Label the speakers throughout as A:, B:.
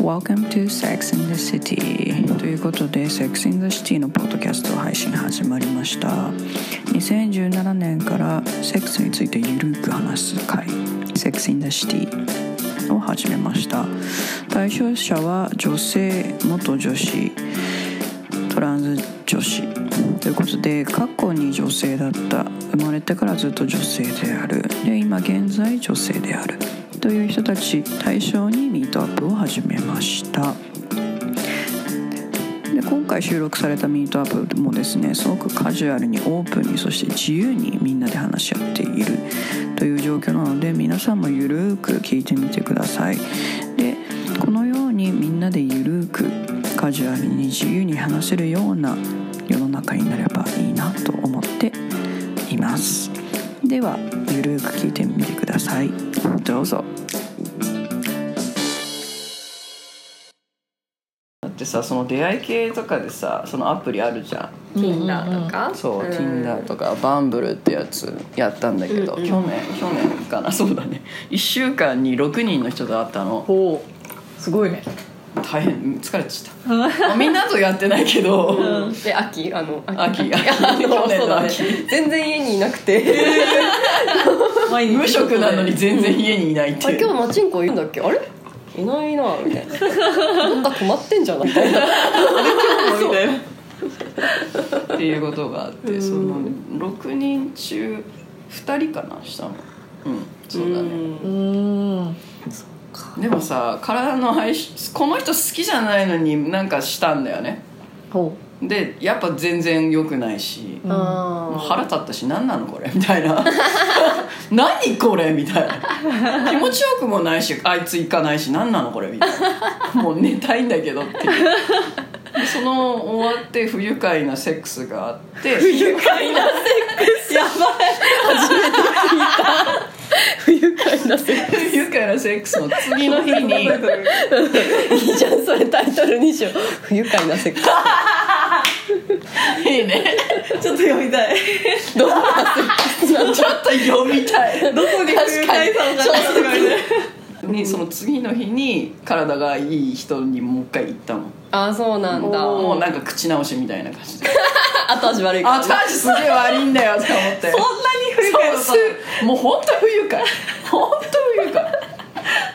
A: Welcome to Sex in the City ということで Sex in the City のポッドキャスト配信始まりました2017年からセックスについてゆるく話す会 Sex in the City を始めました対象者は女性元女子トランス女子ということで過去に女性だった生まれてからずっと女性であるで今現在女性であるという人たち対象にミートアップを始めましたで今回収録されたミートアップもですねすごくカジュアルにオープンにそして自由にみんなで話し合っているという状況なので皆さんもゆるーく聞いてみてくださいでこのようにみんなでゆるーくカジュアルに自由に話せるような世の中になればいいなと思っていますではゆるーく聞いてみてくださいどうぞだってさその出会い系とかでさそのアプリあるじゃん
B: Tinder とか
A: そう、
B: ん
A: Tinder とかバンブルってやつやったんだけど、
B: うんうん
A: 去年去年かなそうだね1週間に6人の人と会ったの
B: ほうすごいね
A: 大変うん疲れち ゃったあみんなとやってないけど、
B: え秋あの
A: 秋秋
B: あの
A: 去年
B: そう
A: の
B: だね
A: 秋、
B: 全然家にいなくて
A: 無職なのに全然家にいないっ
B: あ
A: てい
B: 今
A: う
B: 日マチンコいるんだっけあれいないなみたいなどっか泊まってんじゃないみたいな
A: そうっていうことがあって
B: うん
A: その6人中2人かなしたのうんそうだね
B: ん
C: うん
A: でもさ体の相性この人好きじゃないのになんかしたんだよね
C: ほ
A: でやっぱ全然良くないし
C: う、
B: あ
A: もう
B: ー
A: 腹立ったし何なのこれ みたいな何これみたいな気持ちよくもないしあいつ行かないし何なのこれみたいなもう寝たいんだけどっていう でその終わって不愉快なセックスがあって不愉快な
B: やばい初めて聞いた不愉快なセッ
A: 不愉快なセックスの 次の日 に
B: クスいいじゃんそれタイトルにしよう不愉快なセックス
A: いいね
C: ちょっと読みたい
B: どんなセックスなの
A: ちょっと読みた い
C: どこで
B: 確かに
C: すごいね
A: にその次の日に体がいい人にもう一回行ったの
B: あーそうなんだ
A: もうなんか口直しみたいな感じで
B: 後味悪いから
A: あタージすげえ悪いんだよとか思って
C: に
A: そうすもう本当不愉快本当不愉快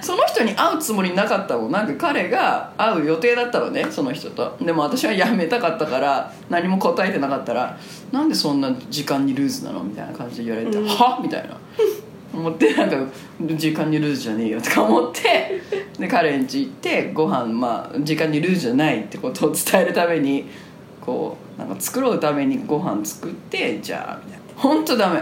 A: その人に会うつもりなかったもんなんか彼が会う予定だったのねその人とでも私はやめたかったから何も答えてなかったら「なんでそんな時間にルーズなの?」みたいな感じで言われて「はみたいな思ってなんか時間にルーズじゃねえよとか思ってで彼ん家行ってご飯まあ時間にルーズじゃないってことを伝えるためにこうなんか作ろうためにご飯作ってじゃあみたいな本当ダメ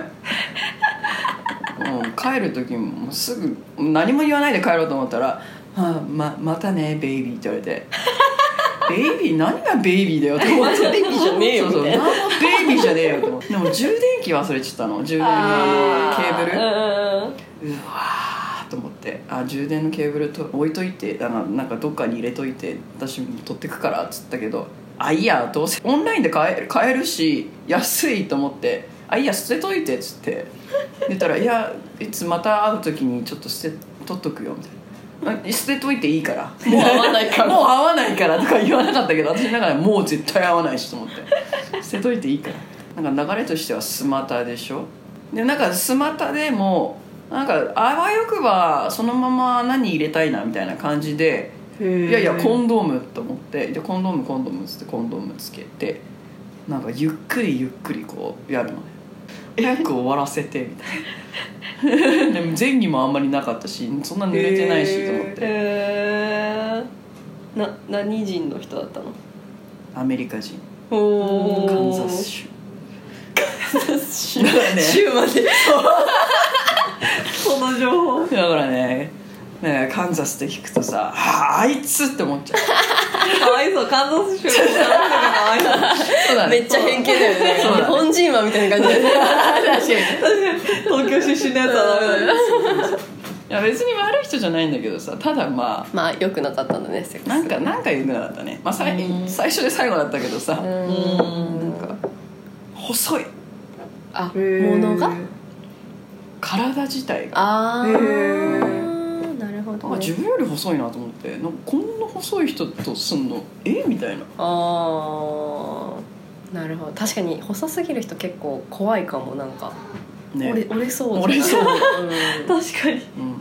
A: もう帰る時ももうすぐ何も言わないで帰ろうと思ったら「はあ、ままたねベイビー」って言われ て「ベイビー何がベイビーだよ」って思って
B: ベイビーじゃねえよ
A: そうそう
B: みたい
A: 何もベイビーじゃねえよって思ってでも充電器忘れちゃったの充電のケーブル
B: ー
A: うわーと思ってあ充電のケーブルと置いといてあのなんかどっかに入れといて私も取ってくからっつったけどあいいやどうせオンラインで買える買えるし安いと思ってあいいや捨てといてっつって言ったら「いやいつまた会う時にちょっと捨て取っとくよ」みたいな。あ捨てといていいからもう
B: 会わないから
A: もう会わないからとか言わなかったけど私の中でもう絶対会わないしと思って捨てといていいからなんか流れとしてはスマタでしょでなんかスマタでもなんかあわよくばそのまま何入れたいなみたいな感じでいやいやコンドームと思ってでコンドームコンドームっつってコンドームつけてなんかゆっくりゆっくりこうやるのね早く終わらせてみたいなでも前儀もあんまりなかったしそんな濡れてないしと思って
B: へーな何人の人だったの
A: アメリカ人
B: お
A: カン
B: ー
A: ザス 州
B: 州
A: だからね
B: 州まで
C: その情報
A: だからねねカンザスって聞くとさああいつって思っ ちゃう
C: かわいそう感動するしかわいそう
A: そうだね
B: めっちゃ偏見だよね
A: そうだね
B: 日本人はみたいな感じだよね
A: 確かに
C: 東京出身のやつはダメだよ
A: いや別に悪い人じゃないんだけどさただまあ
B: まあ良くなかったんだねセックス
A: なんかなんか言うなかったね、まあ、最最初で最後だったけどさ
B: う
A: なんんか細い
B: あ物が
A: 体自体が
B: あ
C: へ
B: ーなるほど
A: あ自分より細いなと思ってなんかこんな細い人とすんのえみたいな
B: あーなるほど確かに細すぎる人結構怖いかもなんか、折
A: ね
B: れ折れそう
A: 折れそうう、
B: ん、
C: 確かに
A: うん、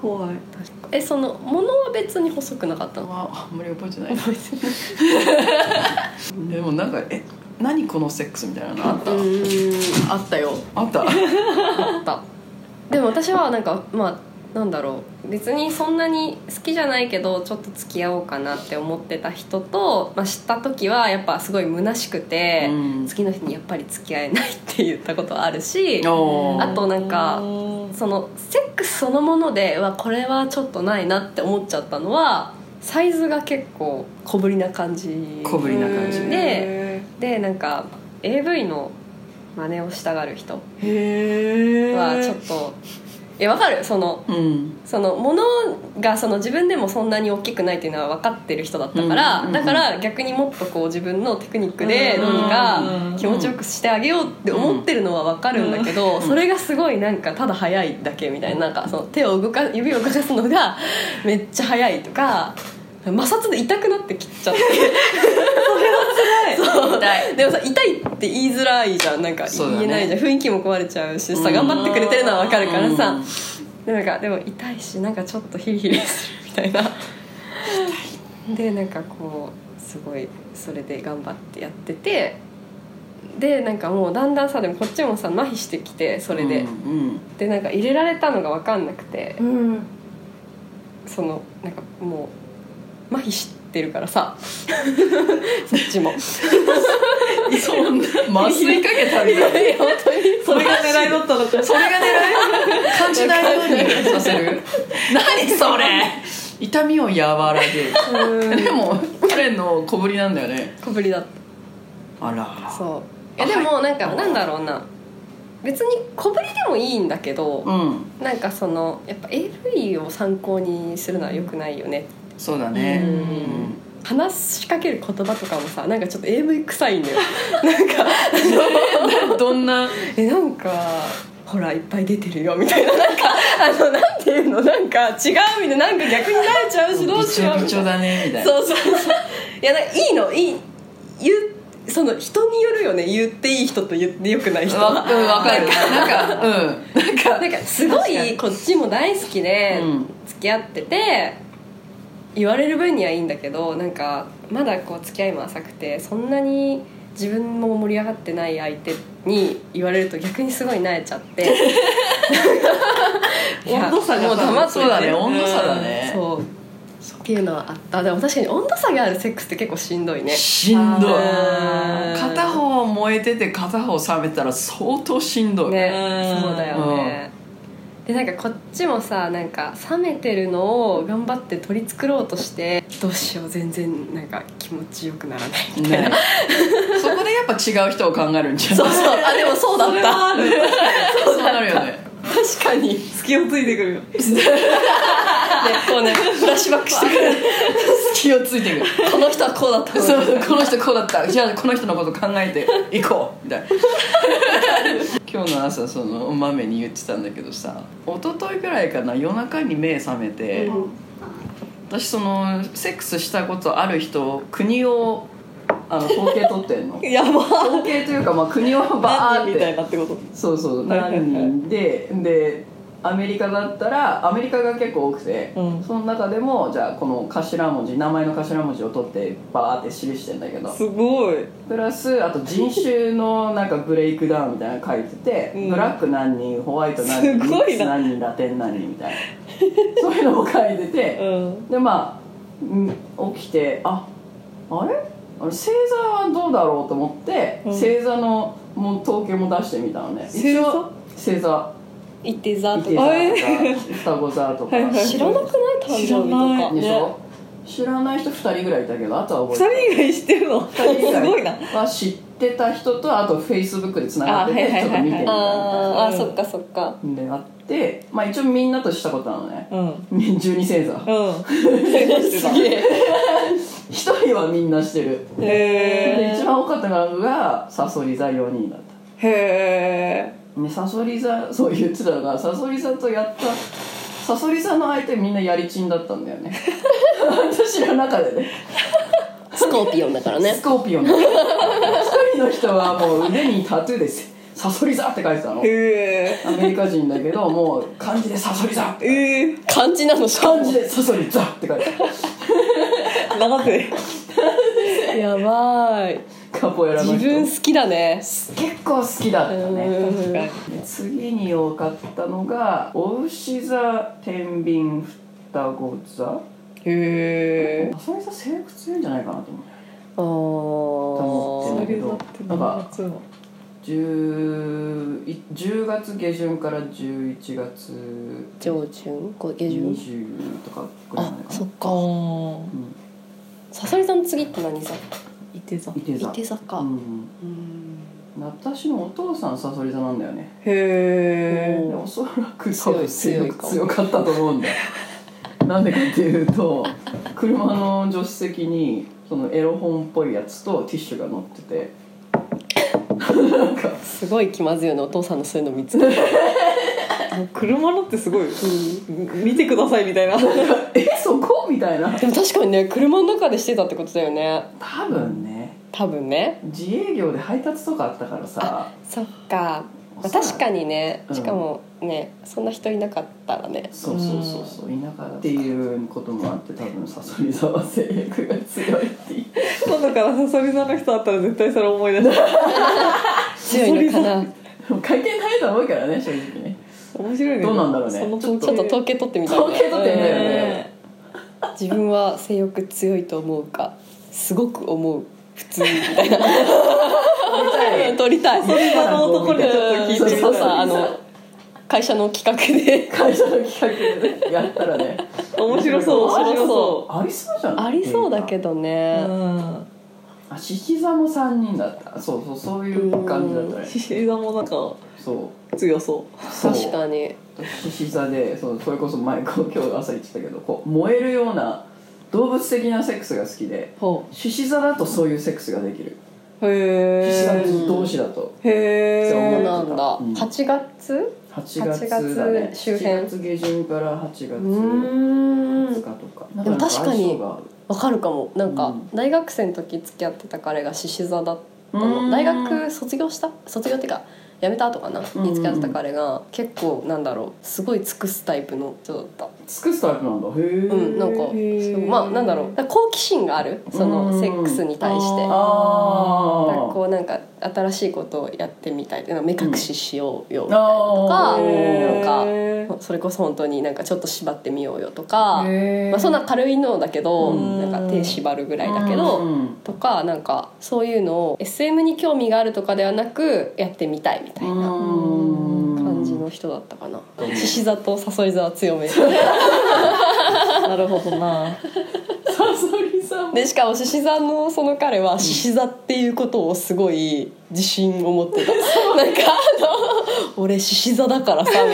C: 怖い
B: 確かえその物は別に細くなかったの
A: はあんまり覚えてない
B: 覚えて
A: えでもなんか「え何このセックス」みたいなのあった、
B: ないうんあったよ
A: あった
B: あった でも私はなんかまあなんだろう別にそんなに好きじゃないけどちょっと付き合おうかなって思ってた人と、まあ、知った時はやっぱすごい虚しくて、
A: うん
B: 次の日にやっぱり付き合えないって言ったことはあるし
A: お
B: あ
A: ー
B: となんか
C: うん
B: そのセックスそのものでうわこれはちょっとないなって思っちゃったのはサイズが結構小ぶりな感じ
A: 小ぶりな感じ
B: で
C: へ
B: でなんか AV の真似をしたがる人
C: ーへー
B: はちょっとえわかるその
A: うん
B: そのものがその自分でもそんなに大きくないっていうのは分かってる人だったから、
A: うんうんうん
B: だから逆にもっとこう自分のテクニックでどうにか気持ちよくしてあげようって思ってるのは分かるんだけど、
A: ん
B: それがすごいなんかただ速いだけみたいななんかその手を動か指を動かすのが めっちゃ速いとか摩擦で痛くなってきちゃって
A: 痛い
B: でもさ痛いって言いづらいじゃんなんか
A: そうだね
B: 言えないじゃん、雰囲気も壊れちゃうしさ
A: うん
B: 頑張ってくれてるのは分かるからさ、
A: うん
B: でなんかでも痛いしなんかちょっとヒリヒリするみたいなでなんかこうすごいそれで頑張ってやっててでなんかもうだんだんさでもこっちもさ麻痺してきてそれで、
A: うん
B: でなんか入れられたのが分かんなくて
C: うん
B: そのなんかもう麻痺してるからさそっちも
A: うん、そんな麻酔かけたん
B: い
A: だ
B: やいや本当に
C: それが狙いだったのか
A: それが狙い感じないようにさせる何 それ痛みを和らげる
B: うん
A: でも彼の小ぶりなんだよね
B: 小ぶりだっ
A: あら
B: たそうい
A: あ
B: やでもなんか
A: はい
B: なんだろうな別に小ぶりでもいいんだけど、
A: うん
B: なんかそのやっぱ AV を参考にするのは良くないよね
A: そうだ
C: う
A: ね
C: ん
B: 話しかける言葉とかもさなんかちょっと AV 臭いんだよなんか
A: うんどんな
B: えなんかほらいっぱい出てるよみたいななんかあのなんていうのなんか違うみたいななんか逆に慣れちゃうしどう
A: び
B: し
A: ち
B: よ
A: ょ
B: う
A: び
B: み
A: ち
B: たい
A: ょ
B: な
A: だねみたいな
B: そうそうそういやなんかいいのいい言うその人によるよね言っていい人と言ってよくない人
A: わ
B: は
A: うんわかるなんかうんなんか
B: なんかすごいこっちも大好きで
A: うん
B: 付き合ってて言われる分にはいいんだけどなんかまだこう付き合いも浅くてそんなに自分も盛り上がってない相手に言われると逆にすごい慣れちゃって いや
C: 温度差が
B: もう黙っといて
A: そうだね温度差だね
B: そうっていうのはあったでも確かに温度差があるセックスって結構しんどいね
A: しんどい
B: あー
A: 片方燃えてて片方冷めたら相当しんどい、
B: ね
C: うん
B: そうだよねでなんかこっちもさなんか冷めてるのを頑張って取り繕ろうとしてどうしよう全然なんか気持ちよくならないみたい な、
A: ねそこでやっぱ違う人を考えるんじゃ
B: そ
A: な
B: う
A: い
B: そう あでもそうだ
C: それは
B: っ
C: ある
A: そうそうなるよね
B: た確かにで
C: 隙をついて くるよ
B: こうねフラッシュバックしてくる
A: 気をついてくる
B: この人はこうだった
A: そうこの人こうだったじゃあこの人のこと考えていこうみたいな今日の朝そのお豆に言ってたんだけどさ一昨日ぐらいかな夜中に目覚めて、私そのセックスしたことある人国をあの統計取って んの
C: やば
A: 統計というか、まあ、国をバーっ
C: 何
A: て
C: みたいなってこと
A: そうそう
C: はいはいはい
A: 何人ででアメリカだったらアメリカが結構多くて、
C: うん
A: その中でもじゃあこの頭文字名前の頭文字を取ってバーって記してんだけど
C: すごい
A: プラスあと人種のなんかブレイクダウンみたいなの書いてて、
C: うん
A: ブラック何人ホワイト何人
C: すご
A: ミ
C: いな
A: ックス何人ラテン何人みたいなそういうのも書いて て、
C: うん
A: でまあん起きてああれあれ星座はどうだろうと思って、
C: うん
A: 星座のもう統計も出してみたのね
C: 星座
A: 一応星座
B: いて座
A: い
B: と
A: て座と
B: か
A: か
C: あえ
A: 双子座とか
C: はいはい
B: 知らなくない誕生日と
C: 知らな
B: か
C: い
A: でしょ、知らない人2人ぐらいいたけどあとは
C: 二
A: 覚
C: 人
A: えてる
C: 以外してるのす
A: 二 人ぐら
C: ごいな
A: は知ってた人とあとフェイスブックでつながって
C: あは
A: て
C: い
A: ちょっ
C: はい
A: と見
C: はい
A: てみたみたいな
B: あーあーそっかそっか
A: であってまあ一応みんなとしたことなのね
C: うんうん
A: 12星座
C: すげえ
A: 1人はみんなしてる
C: へ
A: で一番多かったのがサソリ座4人だった
C: ーへ
A: ねサソリ座そう言ってたのがサソリ座とやったサソリ座の相手みんなやりちんだったんだよ ね私の中でね
B: スコーピオンだからね
A: スコーピオン一人の人はもう腕にタトゥーですサソリ座って書いてたの
C: え
A: アメリカ人だけどもう漢字でサソリ座
C: ー、えー、
B: 漢字なのしか
A: 漢
B: も
A: 字でサソリ座って書いて
C: 長瀬
B: やばい
A: たカポエラの
B: 自
A: 人
B: 分
A: 結
B: 好きだね
A: 構好きだった
B: う
A: ね
B: ん
C: 確
A: 次に多かったのがお牛座天秤双子座
C: へえ
A: サソリ座性格強いんじゃないかなと思う思
B: あ
A: って
B: ー
A: ない10, 10月下旬から11月
B: 上旬こう下旬
A: 20とかぐらい
B: あ
A: までか
B: そ
A: な
B: っ
C: あ
B: か
C: ー
A: うん
B: ささりさんの次って何座
C: いて座
A: いて座
B: いて座か
A: うん
B: うん
A: 私のお父さんさそり座なんだよね
C: へえ
A: でおそらく多分強
B: 強い強い
A: く
B: かも
A: 強かったと思うんだよなんでかっていうと車の助手席にそのエロ本っぽいやつとティッシュが乗っててなんか
B: すごい気まずいよねお父さんのそういうの見つけて、
C: 車のってすごい見てくださいみたいな
A: えそこみたいな
B: でも確かにね車の中でしてたってことだよね
A: 多分ね
B: 多分ね
A: 自営業で配達とかあったからさ
B: そっか、まあ、確かにね
A: うん
B: しかもね、そんな人いなかったらね
A: そうそうそうそう田舎だっていうこともあって多分さそり座は性欲が強いっていう
C: 今度からサソリ座の人あったら絶対それ思い出し
B: 強いのかな
A: もう関係ないと思うからね正直ね
C: 面白いね
A: どうなんだろうね
C: その
B: ちょっと統計取ってみたい
A: 統計取ってみたいよね
B: うん自分は性欲強いと思うかすごく思う普通みたいなうん取りたい
C: サソリ座の男にちょっと聞いてみ
B: そう
C: たい
B: そうそうあの会社の企画で
A: 会社の企画でねやったらね
C: 面白そう面白そ
A: ありそうじゃない
B: ありそうだけど
C: う
B: ね、
C: うん
A: あ獅子座も3人だったそうそうそういう感じだったね
C: 獅子座もなんか
A: そ
C: 強そう
A: うそう
B: 確かに
A: 獅子座でそうそれこそ前こう今日朝言ってたけどこう燃えるような動物的なセックスが好きで
C: ほ
A: 獅子座だとそういうセックスができる
C: うへ
A: 獅子座
C: え
A: 同士だとそ
C: へ
A: う
B: そう
A: 思
C: え
B: なんだ、
A: うん
B: 8月
A: 8月だね
B: 8月周辺
A: 7月下旬から8月
B: う
A: 2
B: ー
A: 日と
B: ん
A: か
B: でも確か
A: なん相
B: に
A: 性が合う
B: わかるかもなんか、
A: うん
B: 大学生の時付き合ってた彼が獅子座だった
A: うん
B: の大学卒業した卒業っていうか辞めた後かなに
A: うんうん
B: 付き合ってた彼が結構なんだろうすごい尽くすタイプの人だった
A: 尽くすタイプなんだへえ、
B: うんなんか
C: へー
B: そうまあなんだろうだから好奇心があるそ
A: うん
B: のセックスに対して
A: あ
B: だから
C: あ
A: あ
B: こうなんか新しいことをやってみたいなんか目隠ししようよみたいなと
A: あ
B: か、
A: ー
B: なんかそれこそ本当になんかちょっと縛ってみようよとか、
A: へー
B: まあ、そんな軽いのだけど
A: うん
B: なんか手縛るぐらいだけど。
A: うん
B: とかなんかそういうのを SM に興味があるとかではなくやってみたいみたいな
A: うん
B: 感じの人だったかな
A: うん
B: 獅子座と誘い座は強め
C: なるほどな
A: サソリさん
B: でしかも獅子座のその彼は獅子座っていうことをすごい自信を持ってたなんかあの「俺獅子座だからさ」みたい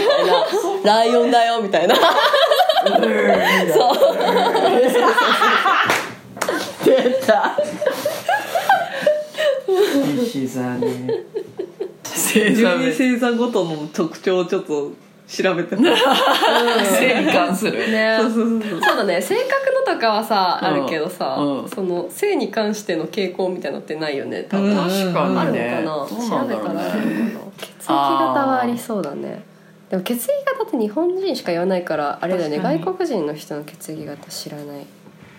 B: な「ライオンだよ」みたいな
A: そう出た獅子座ね星座
C: 12星座ごとの特徴をちょっと調べてみた
A: 性に関する
B: ね
C: そうそうそうそう
B: そうだね性格のとかはさ
A: うん
B: あるけどさ、
A: うん
B: その性に関しての傾向みたいなのってないよね多分、
C: うん
A: 確かにね
B: あるのか
A: ど
B: な
A: うな
B: 調
A: ん
B: べ
A: だろ
B: た
A: うね
B: らあるのかな血液型はありそうだねでも血液型って日本人しか言わないからあれだよね
C: 確かに
B: 外国人の人の血液型知らない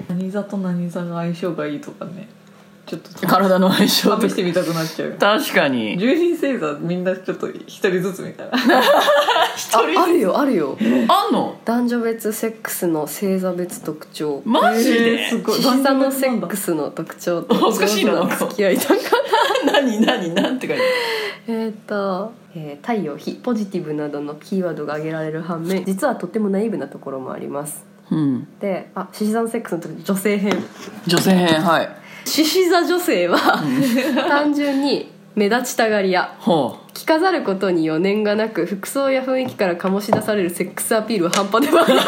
C: 何座と何座が相性がいいとかねちょっと試
A: 体の相性と
C: してみたくなっちゃう
A: 確かに
C: 十人星座みんなちょっと一人ずつみたいな
A: 一人
B: あるよあるよ
A: あんの
B: 男女別セックスの星座別特徴
A: マジで、
C: えーすごい
B: 獅子座のセック
C: ス
B: スの特徴と
A: 恥ずかしいな
B: 上手付き合いとか
A: 何何何て書いて
B: えっと、えー太陽日ポジティブなどのキーワードが挙げられる反面実はとってもナイーブなところもあります
A: うん
B: であ獅子座のセックスの時女性編
A: 女性編はい
B: 獅子座女性は 単純に目立ちたがり屋
A: ほ
B: 着飾ることに余念がなく服装や雰囲気から醸し出されるセックスアピールは半端ではありま
A: う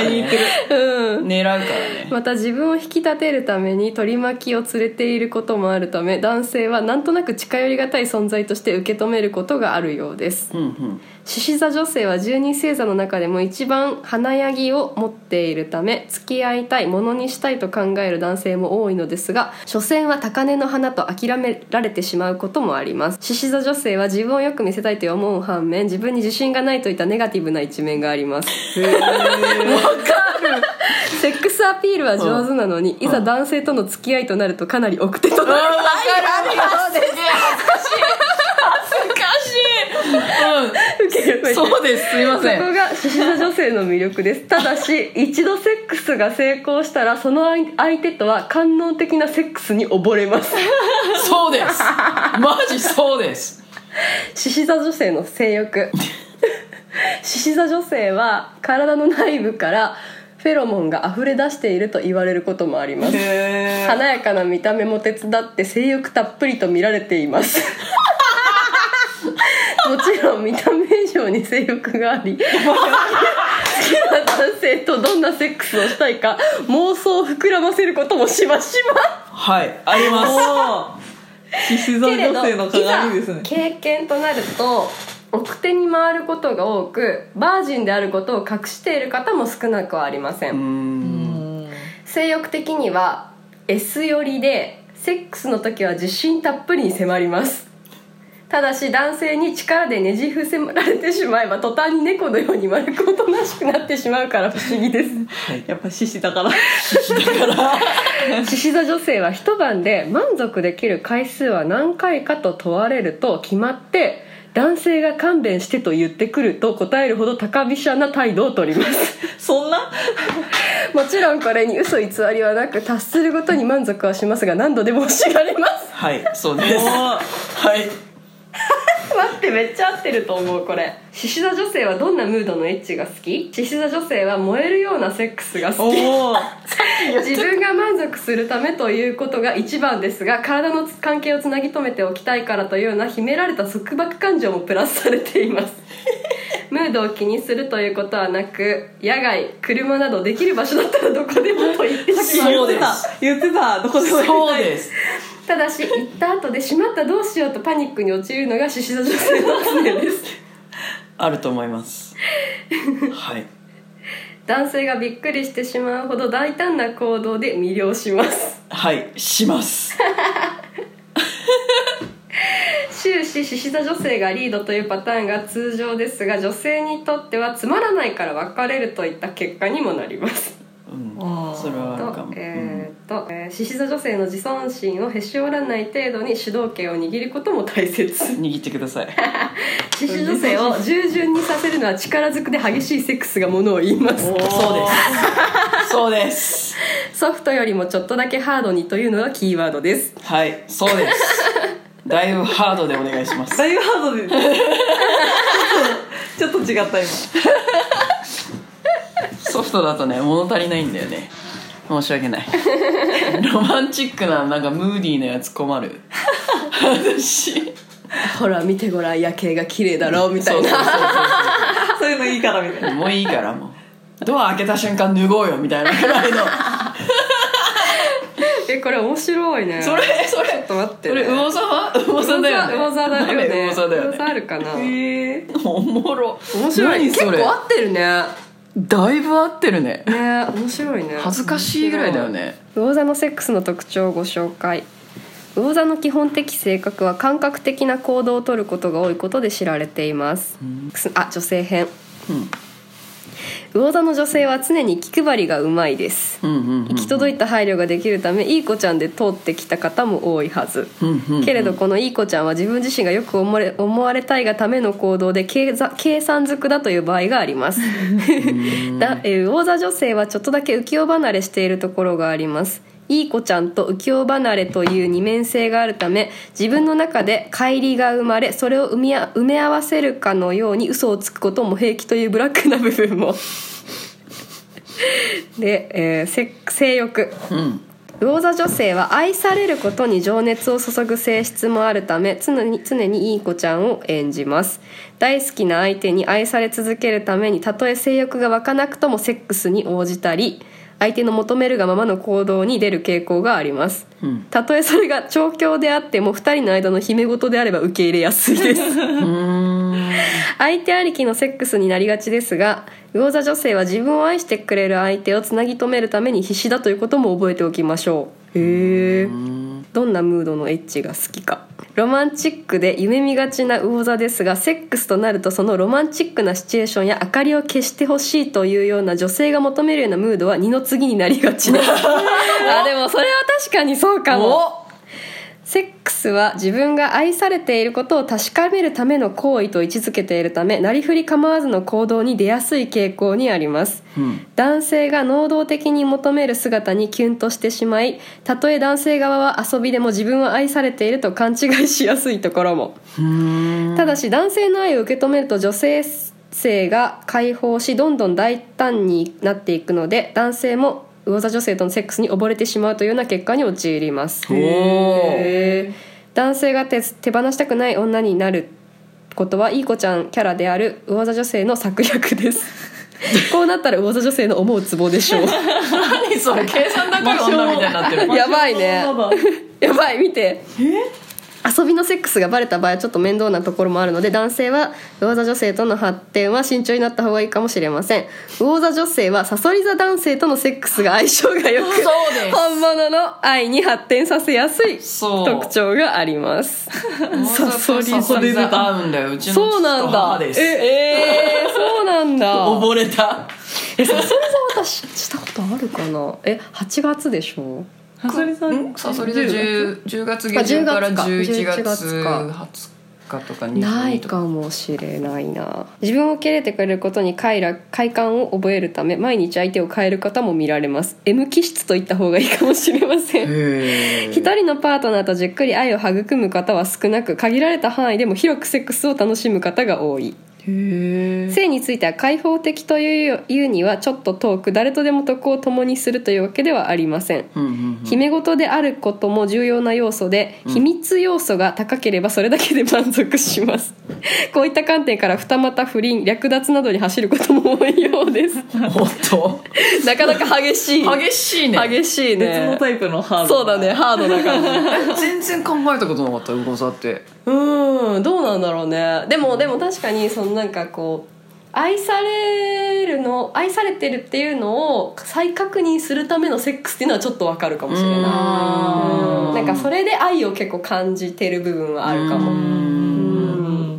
A: 狙いに行ってる、
B: せんうん
A: 狙うからね
B: また自分を引き立てるために取り巻きを連れていることもあるため男性はなんとなく近寄りがたい存在として受け止めることがあるようです
A: うんうん
B: 獅子座女性は十二星座の中でも一番華やぎを持っているため付き合いたいものにしたいと考える男性も多いのですが所詮は高嶺の花と諦められてしまうこともあります獅子座女性は自分をよく見せたいと思う反面自分に自信がないといったネガティブな一面がありますセックスアピールは上手なのに、いざ男性との付き合いとなるとかなり奥手となる、
A: わかるよすげえ恥ずかしい恥ずかしい、うん、そうですすいませ
B: そこ
A: ん
B: が獅子座女性の魅力ですただし一度セックスが成功したらその相相手とは官能的なセックスに溺れます
A: そうですマジそうです
B: 獅子座女性の性欲獅子座女性は体の内部からフェロモンが溢れ出していると言われることもあります
A: へ
B: 華やかな見た目も手伝って性欲たっぷりと見られていますもちろん見た目以上に性欲があり好きな男性とどんなセックスをしたいか妄想を膨らませることもしばしば
A: はいあります
C: おー獅子座
B: けれ
C: 女性の
B: どいざ
C: 鏡ですね
B: 経験となると奥手に回ることが多くバージンであることを隠している方も少なくはありませ
A: う
B: ん、
A: ーん
B: 性欲的には S 寄りでセックスの時は自信たっぷりに迫りますただし男性に力でねじ伏せられてしまえば途端に猫のように丸くおとなしくなってしまうから不思議です
C: やっぱ獅子だから
B: 獅子座女性は一晩で満足できる回数は何回かと問われると決まって男性が勘弁してと言ってくると答えるほど高飛車な態度をとります
C: そんな
B: もちろんこれに嘘偽りはなく達するごとに満足はしますが何度でも欲しがれます
A: はいそうで
C: お
A: す
C: ー
A: はい
B: 待ってめっちゃ合ってると思うこれ獅子座女性はどんなムードのエッチが好き獅子座女性は燃えるようなセックスが好き
C: おー
B: 自分が満足するためということが一番ですが体の関係をつなぎ止めておきたいからというような秘められた束縛感情もプラスされています ムードを気にするということはなく野外車などできる場所だったらどこでもと言ってしまう
A: そう
C: 言っ
A: で
C: てた
A: す
C: 言ってたどこでも行
A: そう
C: きたい
A: です
B: ただし行った後でしまったどうしようとパニックに陥るのが獅子座女性の常です
A: あると思いますはい
B: 男性がびっくりしてしまうほど大胆な行動で魅了します
A: はいします
B: 終始獅子座女性がリードというパターンが通常ですが女性にとってはつまらないから別れるといった結果にもなり ます
A: うん
C: あー
A: それはあるかも、
B: とえーっとえー獅子座女性の自尊心をへし折らない程度に主導権を握ることも大 切
A: うん握ってください
B: 獅子女性を従順にさせるのは力ずくで激しいセックスがものを言います
C: おー
A: そうですそうです
B: ソフトよりもちょっとだけハードにというのがキーワードです
A: はいそうですだいぶハードでお願いします
C: だいぶハードでちょっと違った今
A: ソフトだとね物足りないんだよね申し訳 ないロマンチックななんかムーディーなやつ困る私
B: ほら見てごらん夜景が綺麗だろうみたいな
A: そうそうそうそう
C: そういうのいいからみたいな
A: もういいからもうドア開けた瞬間脱ごうよみたいなぐらいの
B: えこれ面白いね
A: それそ
B: ちょ
A: れ
B: っと待って、
A: それ魚座は 魚座だよね
B: 魚座魚座だよね
A: 魚座だよ
B: 魚座あ
A: ね
B: るかな面
C: へえ
A: おもろ
B: 白い
A: 何
B: 結
A: それ
B: 構合って るね
A: だいぶ合ってるね
B: ね面白いね
A: 恥ずかしいぐらいだよね
B: 魚座のセックスの特徴をご紹介魚座の基本的性格は感覚的な行動をとることが多いことで知られています、
A: ん
B: あ女性編
A: うん
B: 魚座の女性は常に気配りがうまいです
A: うんうん
B: 行き届いた配慮ができるためいい子ちゃんで通ってきた方も多いはず
A: うんうんうん
B: けれどこのいい子ちゃんは自分自身がよく思われ思われたいがための行動で計算計算づくだという場合があります だえー魚座女性はちょっとだけ浮世離れしているところがありますいい子ちゃんと浮世離れという二面性があるため自分の中で乖離が生まれそれを埋めあ埋め合わせるかのように嘘をつくことも平気というブラックな部分も で、えーせ性欲
A: うん
B: 魚座女性は愛されることに情熱を注ぐ性質もあるため常に常にいい子ちゃんを演じます大好きな相手に愛され続けるためにたとえ性欲が湧かなくともセックスに応じたり相手の求めるがままの行動に出る傾向があります
A: うん
B: たとえそれが調教であっても2人の間の秘め事であれば受け入れやすいです
A: うーん
B: 相手ありきのセックスになりがちですが魚座女性は自分を愛してくれる相手をつなぎ止めるために必死だということも覚えておきましょうへえどんなムードのエッチが好きかロマンチックで夢見がちな魚座ですがセックスとなるとそのロマンチックなシチュエーションや明かりを消してほしいというような女性が求めるようなムードは二の次になりがちです あでもそれは確かにそうかも
A: お
B: セックスは自分が愛されていることを確かめるための行為と位置づけているためなりふり構わずの行動に出やすい傾向にあります
A: うん
B: 男性が能動的に求める姿にキュンとしてしまいたとえ男性側は遊びでも自分は愛されていると勘違いしやすいところも
A: うん
B: ただし男性の愛を受け止めると女性性が解放しどんどん大胆になっていくので男性も魚座女性とのセックスに溺れてしまうというような結果に陥ります
A: おー
B: へー男性が手手放したくない女になることはいい子ちゃんキャラである魚座女性の策略です こうなったら魚座女性の思うツボでしょう
A: 何それ 計算高い女みたいになってる
B: やば いねやばい見て遊びのセックスがバレた場合はちょっと面倒なところもあるので男性は魚座女性との発展は慎重になった方がいいかもしれません魚座女性はサソリ座男性とのセックスが相性が良く
A: そうです
B: 本物の愛に発展させやすい
A: そう
B: 特徴があります
A: サソリサソリが合うんだようちの
B: そうなんだ
A: 母です
B: ええー、そうな んだ
A: 溺れた
B: えサソリ座私したことあるかなえ8月でしょ
C: サソリさん
A: サソリ座 10, 10月
B: あ
A: 下
B: 10
A: 旬
B: 月か
A: から11
B: 11
A: 月
B: 月か
A: 20日とか22と
B: ないかもしれないな自分を受け入れてくれることに快楽快感を覚えるため毎日相手を変える方も見られます M 気質といった方がいいかもしれません
A: へー
B: 一人のパートナーとじっくり愛を育む方は少なく限られた範囲でも広くセックスを楽しむ方が多い
A: へー
B: 性については開放的といういうにはちょっと遠く誰とでも徳を共にするというわけではありません
A: うんうんうん
B: 秘め事であることも重要な要素で、
A: うん
B: 秘密要素が高ければそれだけで満足しますこういった観点から二股不倫略奪などに走ることも多いようです
A: おっと
B: なかなか激しい
A: 激しいね
B: 激しいね
C: 別のタイプのハード
B: そうだねハードな感じ
A: 全然考えたことなかった魚座って
B: うんどうなんだろうねでもでも確かにそのなんかこう愛されるの愛されてるっていうのを再確認するためのセックスっていうのはちょっとわかるかもしれない
A: うん
B: うんなんかそれで愛を結構感じてる部分はあるか
A: う
B: も
A: ん
C: う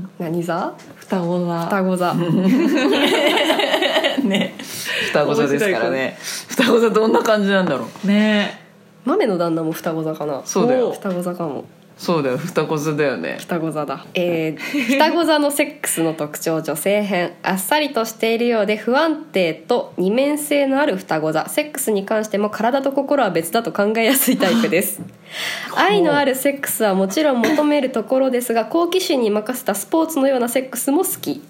C: ん
B: 何座
C: 双子だ
B: 双子 座
A: ね双子座ですからね双子座どんな感じなんだろう
C: ね
B: 豆の旦那も双子座かな
A: そうだよ
B: お双子座かも
A: そうだよ双子座だよね
B: 双子座だ、えー双子座のセックスの特徴女性編あっさりとしているようで不安定と二面性のある双子座セックスに関しても体と心は別だと考えやすいタイプです愛のあるセックスはもちろん求めるところですが好奇心に任せたスポーツのようなセックスも好き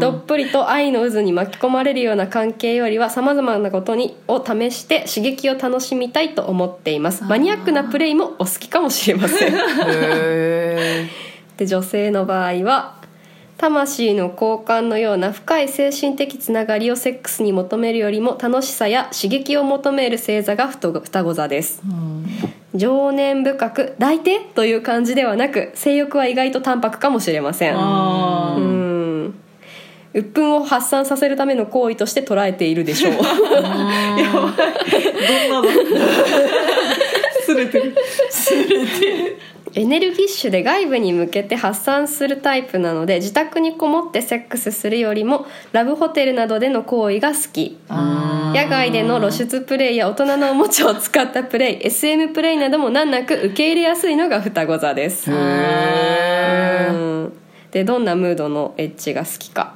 B: どっぷりと愛の渦に巻き込まれるような関係よりはさまざまなことにを試して刺激を楽しみたいと思っていますマニアックなプレイもお好きかもしれません
A: へ
B: で女性の場合は魂の交換のような深い精神的つながりをセックスに求めるよりも楽しさや刺激を求める星座が双子双子座です
C: え、うん、
B: 情念深く「抱いて!」という感じではなく性欲は意外と淡白かもしれません
C: あ
B: う
C: ー
B: ん鬱憤を発散させるための行為として捉えているでしょう
C: どんなのすれてる
B: エネルギッシュで外部に向けて発散するタイプなので自宅にこもってセックスするよりもラブホテルなどでの行為が好き
C: あ
B: 野外での露出プレイや大人のおもちゃを使ったプレイ SM プレイなども難なく受け入れやすいのが双子座です
A: えへえ
B: うんでどんなムードのエッジが好きか、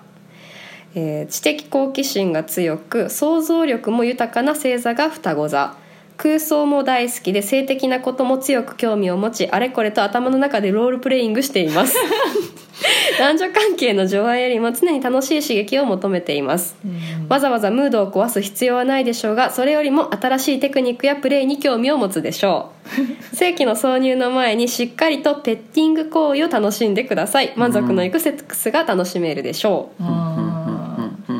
B: えー知的好奇心が強く想像力も豊かな星座が双子座空想も大好きで性的なことも強く興味を持ちあれこれと頭の中でロールプレイングしています男女関係の情愛よりも常に楽しい刺激を求めていますわざわざムードを壊す必要はないでしょうがそれよりも新しいテクニックやプレーに興味を持つでしょう正規の挿入の前にしっかりとペッティング行為を楽しんでください満足のいくセックスが楽しめるでしょう、
C: あ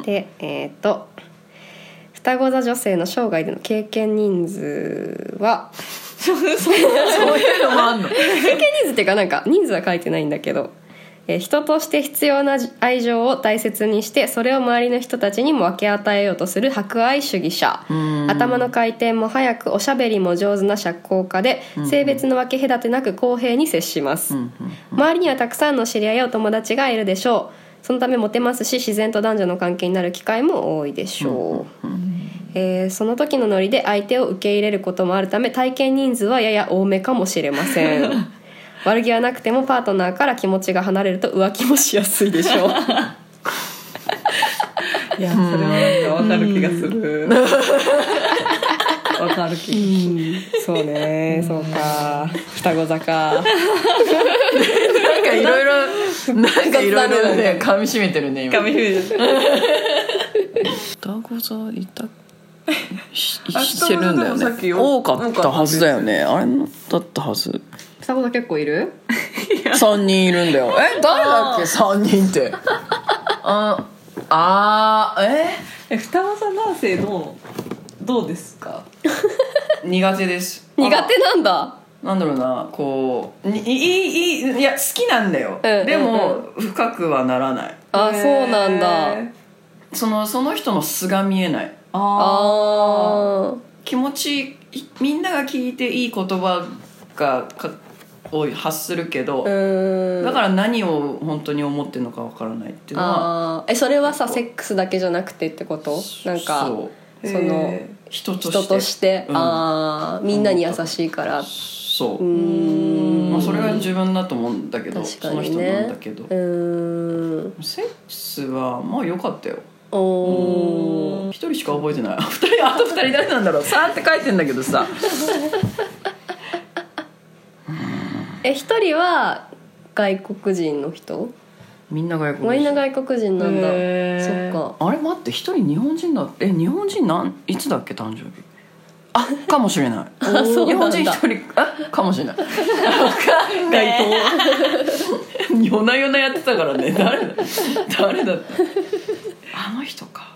B: でえっ、と双子座女性の生涯での経験人数は
A: そういうのもあんの
B: 経験人数っていうかなんか人数は書いてないんだけど、ええー人として必要なじ愛情を大切にしてそれを周りの人たちにも分け与えようとする博愛主義者
A: うん
B: 頭の回転も早くおしゃべりも上手な社交家で
A: うん
B: 性別の分け隔てなく公平に接します、
A: うん
B: 周りにはたくさんの知り合いやお友達がいるでしょうそのためモテますし自然と男女の関係になる機会も多いでしょう、えーその時のノリで相手を受け入れることもあるため体験人数はやや多めかもしれません悪気はなくてもパートナーから気持ちが離れると浮気もしやすいでしょう
C: いやそれはなんかわかる気がするわかる気そうねそうか双子座か
A: なんかいろいろなんかいろいろね噛み締めてるね今
C: 紙フィル
A: 双子座い た
C: あ
A: してるんだよ
C: 双子座でもさっき
A: ね
C: よ
A: 多かったはずだよねあれだったはず
B: 双子座結構いる
A: 三人いるんだ よえ誰だっけ三人って ああー
C: え双子座男性どうどうですか
A: え苦手です
B: 苦手なんだ
A: なんだろうなこうにいいいいいや好きなんだよ、
B: うん
A: でも、
B: うん
A: 深くはならない
B: あ
C: へー
B: そうなんだ
A: そのその人の素が見えない
C: あ
B: あ
A: 気持ちいみんなが聞いていい言葉がかを発するけど、
B: あうん
A: だから何を本当に思ってるのかわからないっていうのは
B: あーえそれはさセックスだけじゃなくてってことなんか
A: そう
C: ー
B: その
C: へ
A: 人として
B: 人として、
A: うん
B: ああみんなに優しいからう
A: そう、
B: ーん
A: まあ、それが自分だと思うんだけど、
B: 確
A: そ
B: か
A: の
B: に
A: 人なんだ
B: ね
A: けど、
B: うーん
A: セックスはまあ良かったよ
B: おー
A: 一人しか覚えてない 二人あと二人誰なんだろうさーって書いてんだけど さ
B: え一人は外国人の人
A: みんな外
B: み
A: 国
B: んな
A: 人
B: 外国人なんだ
C: へ
B: そっ
C: ー
B: か
A: あれ待って一人日本人だってえ日本人なんいつだっけ誕生日 あかもしれない
B: そう
A: 日
B: な
A: 本
B: んだ
A: 人一人あかもしれないわかん
C: 街頭
A: い 夜な夜なやってたからね誰だ誰だったあの人か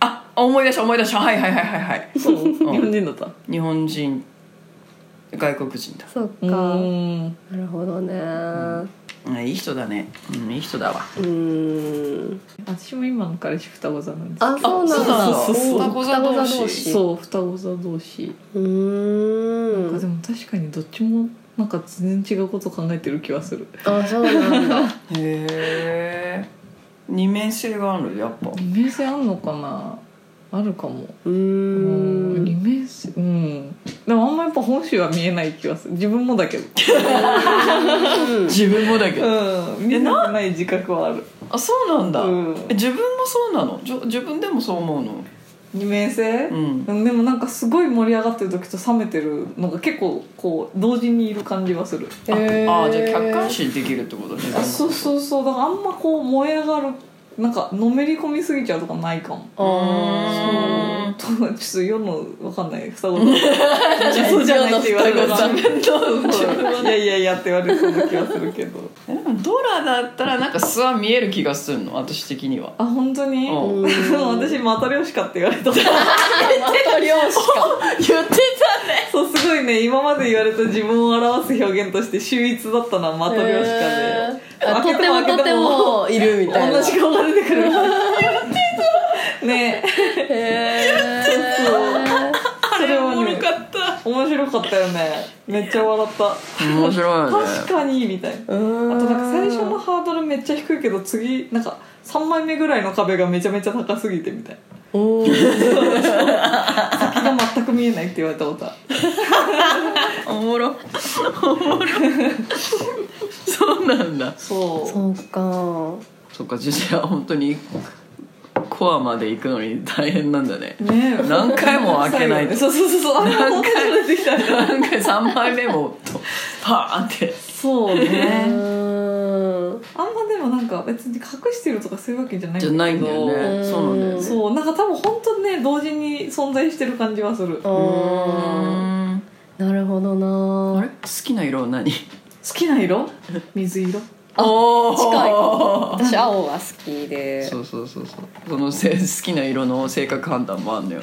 A: あ思い出した思い出したはいはいはいはいはい
C: そう日本人だった
A: 日本人外国人だ
B: そっか
C: うーん
B: なるほどね
A: うんいい人だねうんいい人だわ
B: うーん
C: 私も今の彼氏双子座なんです
B: あそうなんだ
A: そうそうそう
B: おー
A: 双子座同士
C: そう双子座同士
B: うー
C: で
B: ん
C: も確かにどっちもなんか全然違うこと考えてる気はする
B: あそうなんだ
A: へえ二面性があるやっぱ
C: 二面性あんのかなあるかも
B: うー
C: う
B: ん
C: 二面性うんでもあんまやっぱ本州は見えない気はする自分もだけど
A: 自分もだけ
C: うん見えなくない自覚はある
A: あそうなんだ、
C: うん
A: え自分もそうなのじょ自分でもそう思うの
C: 二面性
A: うん
C: でもなんかすごい盛り上がってる時と冷めてるのが結構こう同時にいる感じはする
A: あ
B: へー
A: あじゃあ客観視できるってことね
C: あそうそうそうだからあんまこう燃え上がるなんかのめり込みすぎちゃうとかないかも
A: ー
B: あ
A: ん
C: とちょっと世のわかんない双子のそうじゃないって言われる
B: 世
C: 自分のいやいやいやって言われそうな気はするけど
A: えでもドラだったらなんか素は見える気がするの私的には
C: あ本当に
A: うん
B: うん
C: でも私また漁師かって言われた
B: あ漁師か
A: 言って
C: そうすごいね今まで言われた自分を表す表現として秀逸だったのはまた漁師かで、
B: へーあ
C: 開
B: と
C: け
B: て
C: ても
B: もとてもいるみたいな
C: 同じ顔が出てくる ね
B: へー
C: それは
A: た
C: ね
A: よかった
C: 面白かったよねめっちゃ笑った
A: 面白いよね
C: 確かにみたいな
B: うーん
C: あとなんか最初のハードルめっちゃ低いけど次なんか3枚目ぐらいの壁がめちゃめちゃ高すぎてみたい
B: おー
C: な先が全く見えないって言われたことある
A: おもろおもろそうなんだ
C: そう
B: そうか
A: そっか女子は本当にコアまで行くのに大変なんだね
C: ねえ
A: 何回も開け ないと
C: そうそうそうそうあれも出てきた
A: なんか3枚目もとパーンって
C: そう
B: う
C: ね
B: ーん
C: あんまでもなんか別に隠してるとかそういうわけじゃない
A: じゃないんだよ
B: う
A: ね
B: ん
A: そうなんだよね
C: そうなんか多分本当にね同時に存在してる感じはする
B: あ
C: 好
B: ーなるほど
A: あ
B: な
A: れ好きな色は何
C: きな色水色
A: お
B: ー
A: ー
B: 私青が好きで
A: そうそうそうそうそのせ好きな色の性格判断もあんのよ、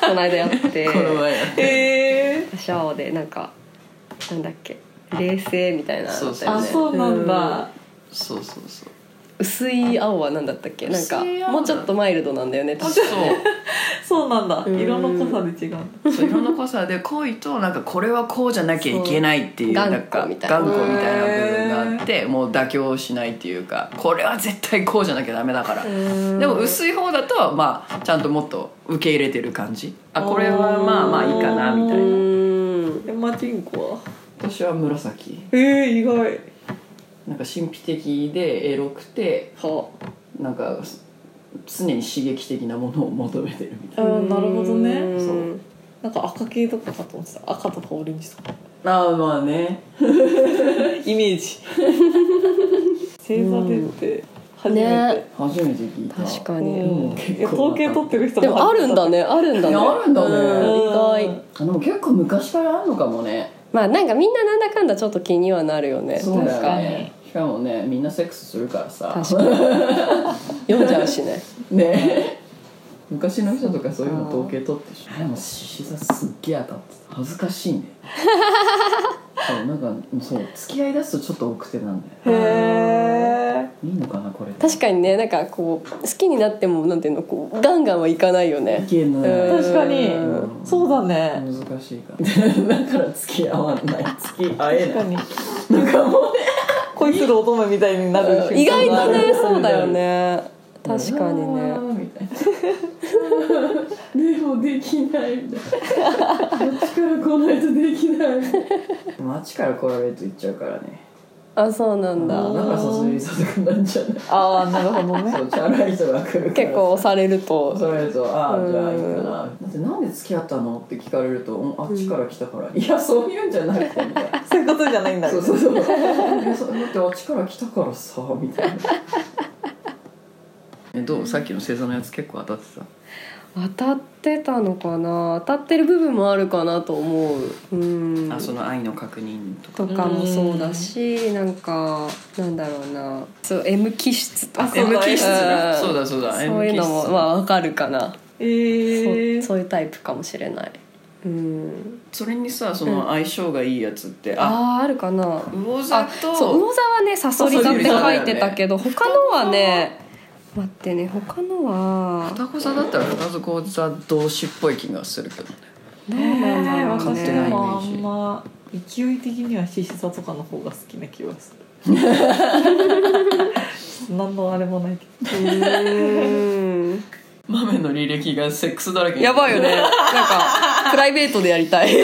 B: この間やって
A: この前やって、
C: え
B: 私青でなんかなんだっけ冷静みたいなのだったよね
C: あそうなんだ、
A: そうそうそう
B: 薄い青は何だったっけなんか
C: 薄い青
B: もうちょっとマイルドなんだよね確か
A: そう
C: そうなんだ
B: うん
C: 色の濃さで違う
A: そういろんな濃さで濃いとなんかこれはこうじゃなきゃいけないっていう
B: そう
A: なんか
B: 頑固みたいな
A: 頑固みたいな部分があってもう妥協しないっていうかこれは絶対こうじゃなきゃダメだからでも薄い方だとまあちゃんともっと受け入れてる感じあこれはまあまあいいかなみたいな
B: な
C: えマチンコは
A: 私は紫
C: えー、意外
A: なんか神秘的でエロくて
B: は
A: なんか常に刺激的なものを求めてるみたい
C: あーなるほどね
A: そう
C: なんか赤系とかかと思ってた赤とかオレンジとか
A: なああまあね
C: イメー ジ星座でって初めて、
B: ね
A: 初めて聞いた
B: 確か
C: う
B: に
C: んいや統計取ってる人
B: でもあるんだ
C: ね
B: ねあるんだね
A: いやあるんだね
B: うん意外
A: あでも結構昔からあるのかもね
B: まあなんかみんななんだかんだちょっと気にはなるよね
A: そうだ
B: なんか
A: よねしかもねみんなセックスするからさ
B: 確かに読んじゃうしね
A: ね昔の人とかそういうの統計取ってしでも獅子座すっげえ当たってた恥ずかしい ねそうなんかそう付き合いだすとちょっと奥手なんだよ
C: へえ
A: いいのかなこれ
B: 確かにねなんかこう好きになってもなんていうのこうガンガンはいかないよね
A: いけな
B: うん
A: い
C: 確かに
A: うん
C: そうだね
A: 難しいから だから付き合わない付き合え
C: 確
A: な
C: か
A: い
C: に恋する乙女みたいになる瞬間
B: 意外
C: があ
B: と
C: る
B: ねそうだよね確かに
A: う
B: ね
A: わーみたいなでもできないみたいなこっちから来ないとできない街から来られると言っちゃうからね
B: あそうなんだ
A: だからさすがにさすがなんじゃない
C: ああなるほどね
A: そうチャラい人が来るから
B: 結構押される
A: そ
B: と
A: れとあ
B: う
A: あ
B: ん
A: じゃあいいかなだってなんで付き合ったのって聞かれるとうんあっちから来たから、いやそういうんじゃなくてみたいな
C: そういうことじゃないんだ
A: そうそうそういやそうだってあっちから来たからさみたいなえどうさっきの星座のやつ結構当たってた
B: 当たってたのかな当たってる部分もあるかなと思ううん
A: あその愛の確認とか
B: とかもそうだしなんかなんだろうなそう M 気質とか
C: そうだ
A: M 気質だ
B: ん
A: そうだそうだ
B: そういうのも
A: M 気質
B: まあわかるかな
C: えー、
B: そうそういうタイプかもしれないうん
A: それにさその相性がいいやつって、あ
B: ああーあるかな
A: 魚座
B: あ
A: と
B: そう魚座はねサソリ座って書いてたけど他のはね待ってね他のは
A: 双子座だったら双子座同士っぽい気がするけどね
B: どうなんだろう
A: 勝
B: ね
A: 手なイメ
C: も
A: ー
C: あ
A: ジ
C: んま勢い的には獅子座とかの方が好きな気がする何のあれもないけど
B: うん
A: 豆の履歴がセックスだらけ
B: やばいよねなん かプライベートでやり たい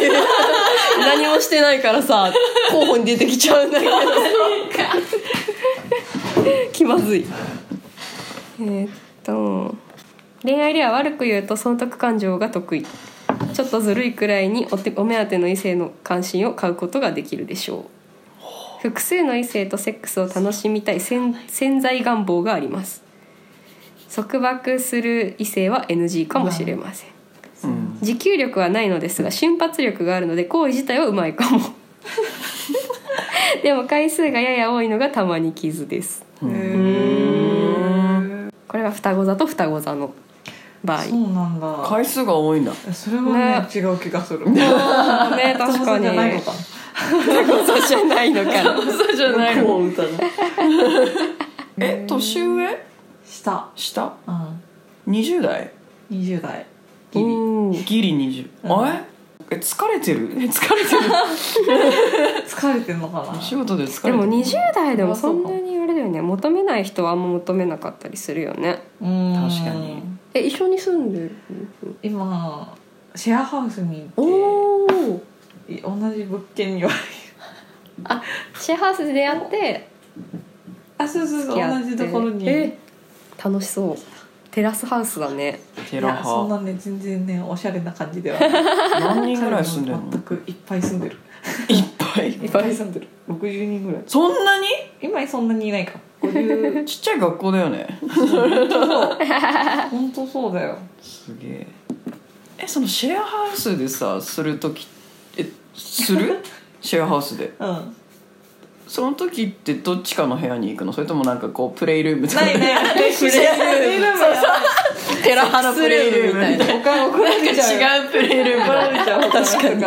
B: 何もしてないからさ候補に出てきちゃうんだけど気まずいえーっと恋愛では悪く言うと忖度感情が得意ちょっとずるいくらいにお手お目当ての異性の関心を買うことができるでしょう複数の異性とセックスを楽しみたい潜潜在願望があります束縛する異性は NG かもしれません
A: うん
B: 持久力はないのですが瞬発力があるので行為自体はうまいかも でも回数がやや多いのがたまに傷ですこれが双子座と双子座の場合
C: そうなんだ
A: 回数が多いんだ
C: それはね
B: ね
C: 違う気がする
B: あ ーね確かに
C: じゃないのか
B: 双子座じゃないのかな
A: そうじゃ
C: なこう歌の
A: え年上
C: 下
A: 下
C: うん
A: 20代
C: 20代
A: ギリ
B: うん
A: ギリ20、
C: うん
A: あれえ疲れてるえ疲れてる
C: 疲れてんのか
A: お
C: な
A: 仕事で疲
B: で
A: れて
B: も
A: る
B: 20代でもそんなにあれだよね求めない人はあんま求めなかったりするよね
C: うん
A: 確かに
B: え一緒に住んでる
C: 今シェアハウスに行
B: おお
C: ってい同じ物件には
B: シェアハウスで出会って
C: あそうそうそう
B: 付き合
C: 同
B: って
C: じところに
B: え楽しそうテラスハウスだね
A: テ
C: い
A: ラ
C: やそん
A: 派
C: なね全然ねおしゃれな感じではない
A: 何人ぐらい住んでるの
C: 全くいっぱい住んでる
A: いっぱい
C: いっぱい住んでる60人ぐらい
A: そんなに
C: 今そんなにいないか50
A: ちっちゃい学校だよね
C: 本当そうだよ
A: すげええそのシェアハウスでさする時えするシェアハウスで
C: うん
A: その時ってどっちかの部屋に行くのそれともなんかこうプレイルームとか
C: ないない
A: プレイルーム
C: そうそう
B: テラハのプレイルみたいな
A: 他怒られちゃう違うプレイルーム
C: 怒られちゃう確かに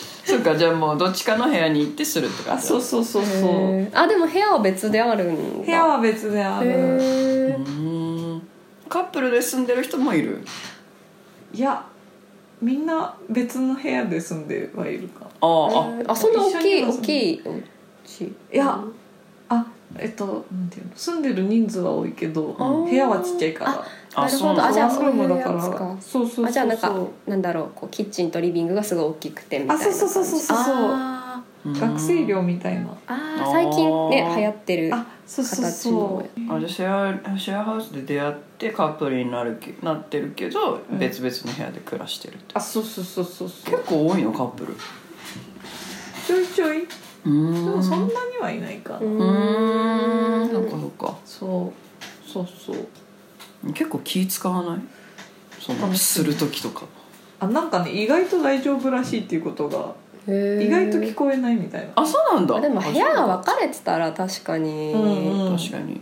A: そうかじゃあもうどっちかの部屋に行ってするって感
C: あ
A: じ
C: そうそうそうそう
B: あでも部屋は別であるんだ
C: 部屋は別であ
B: へ
C: る
A: う
B: ー
A: ーんカップルで住んでる人もいる
C: いやみんな別の部屋で住んではいるか
A: あ
B: あ
A: あ
B: あそんな大きい
C: 一緒に
B: 大きいお家
C: いやあえっとなんていうの住んでる人数は多いけど
A: あ
B: ー
C: 部屋はちっちゃいから
A: あ
B: なる
A: そう
B: ほ
A: な
B: ど
A: ん
B: あ
A: だ
B: じゃあ
C: ワン
B: そう
C: ルー
B: い
C: ム
B: う
C: だ
B: や
C: から
B: つか
C: そうそうそうそう
B: あじゃあなんかなんだろうこうキッチンとリビングがすごい大きくてみたいな
C: あそうそうそうそうそう
B: あ
A: うん
C: 学生寮みたいな
B: ーあー最近ね流行ってる
C: あそうそう
B: 形の
C: そ
B: や
C: う
A: あじゃあシェアシェアハウスで出会ってカップルになるけなってるけど、
C: うん
A: 別々の部屋で暮らしてるって
C: あそうそうそうそうそう
A: 結構多いのカップル
C: ちょいちょいで
A: うーん
C: もそんなにはいないかな、
A: うーんそっかそっか
C: そうそうそう
A: 結構気使わないそ
C: あ
A: のする時とか
C: あなんかね意外と大丈夫らしいっていうことが意外と聞こえないみたいな
A: あそうなんだ
B: でも部屋が
A: わ
B: 分かれてたら確かに、
C: うんうん
A: 確かに、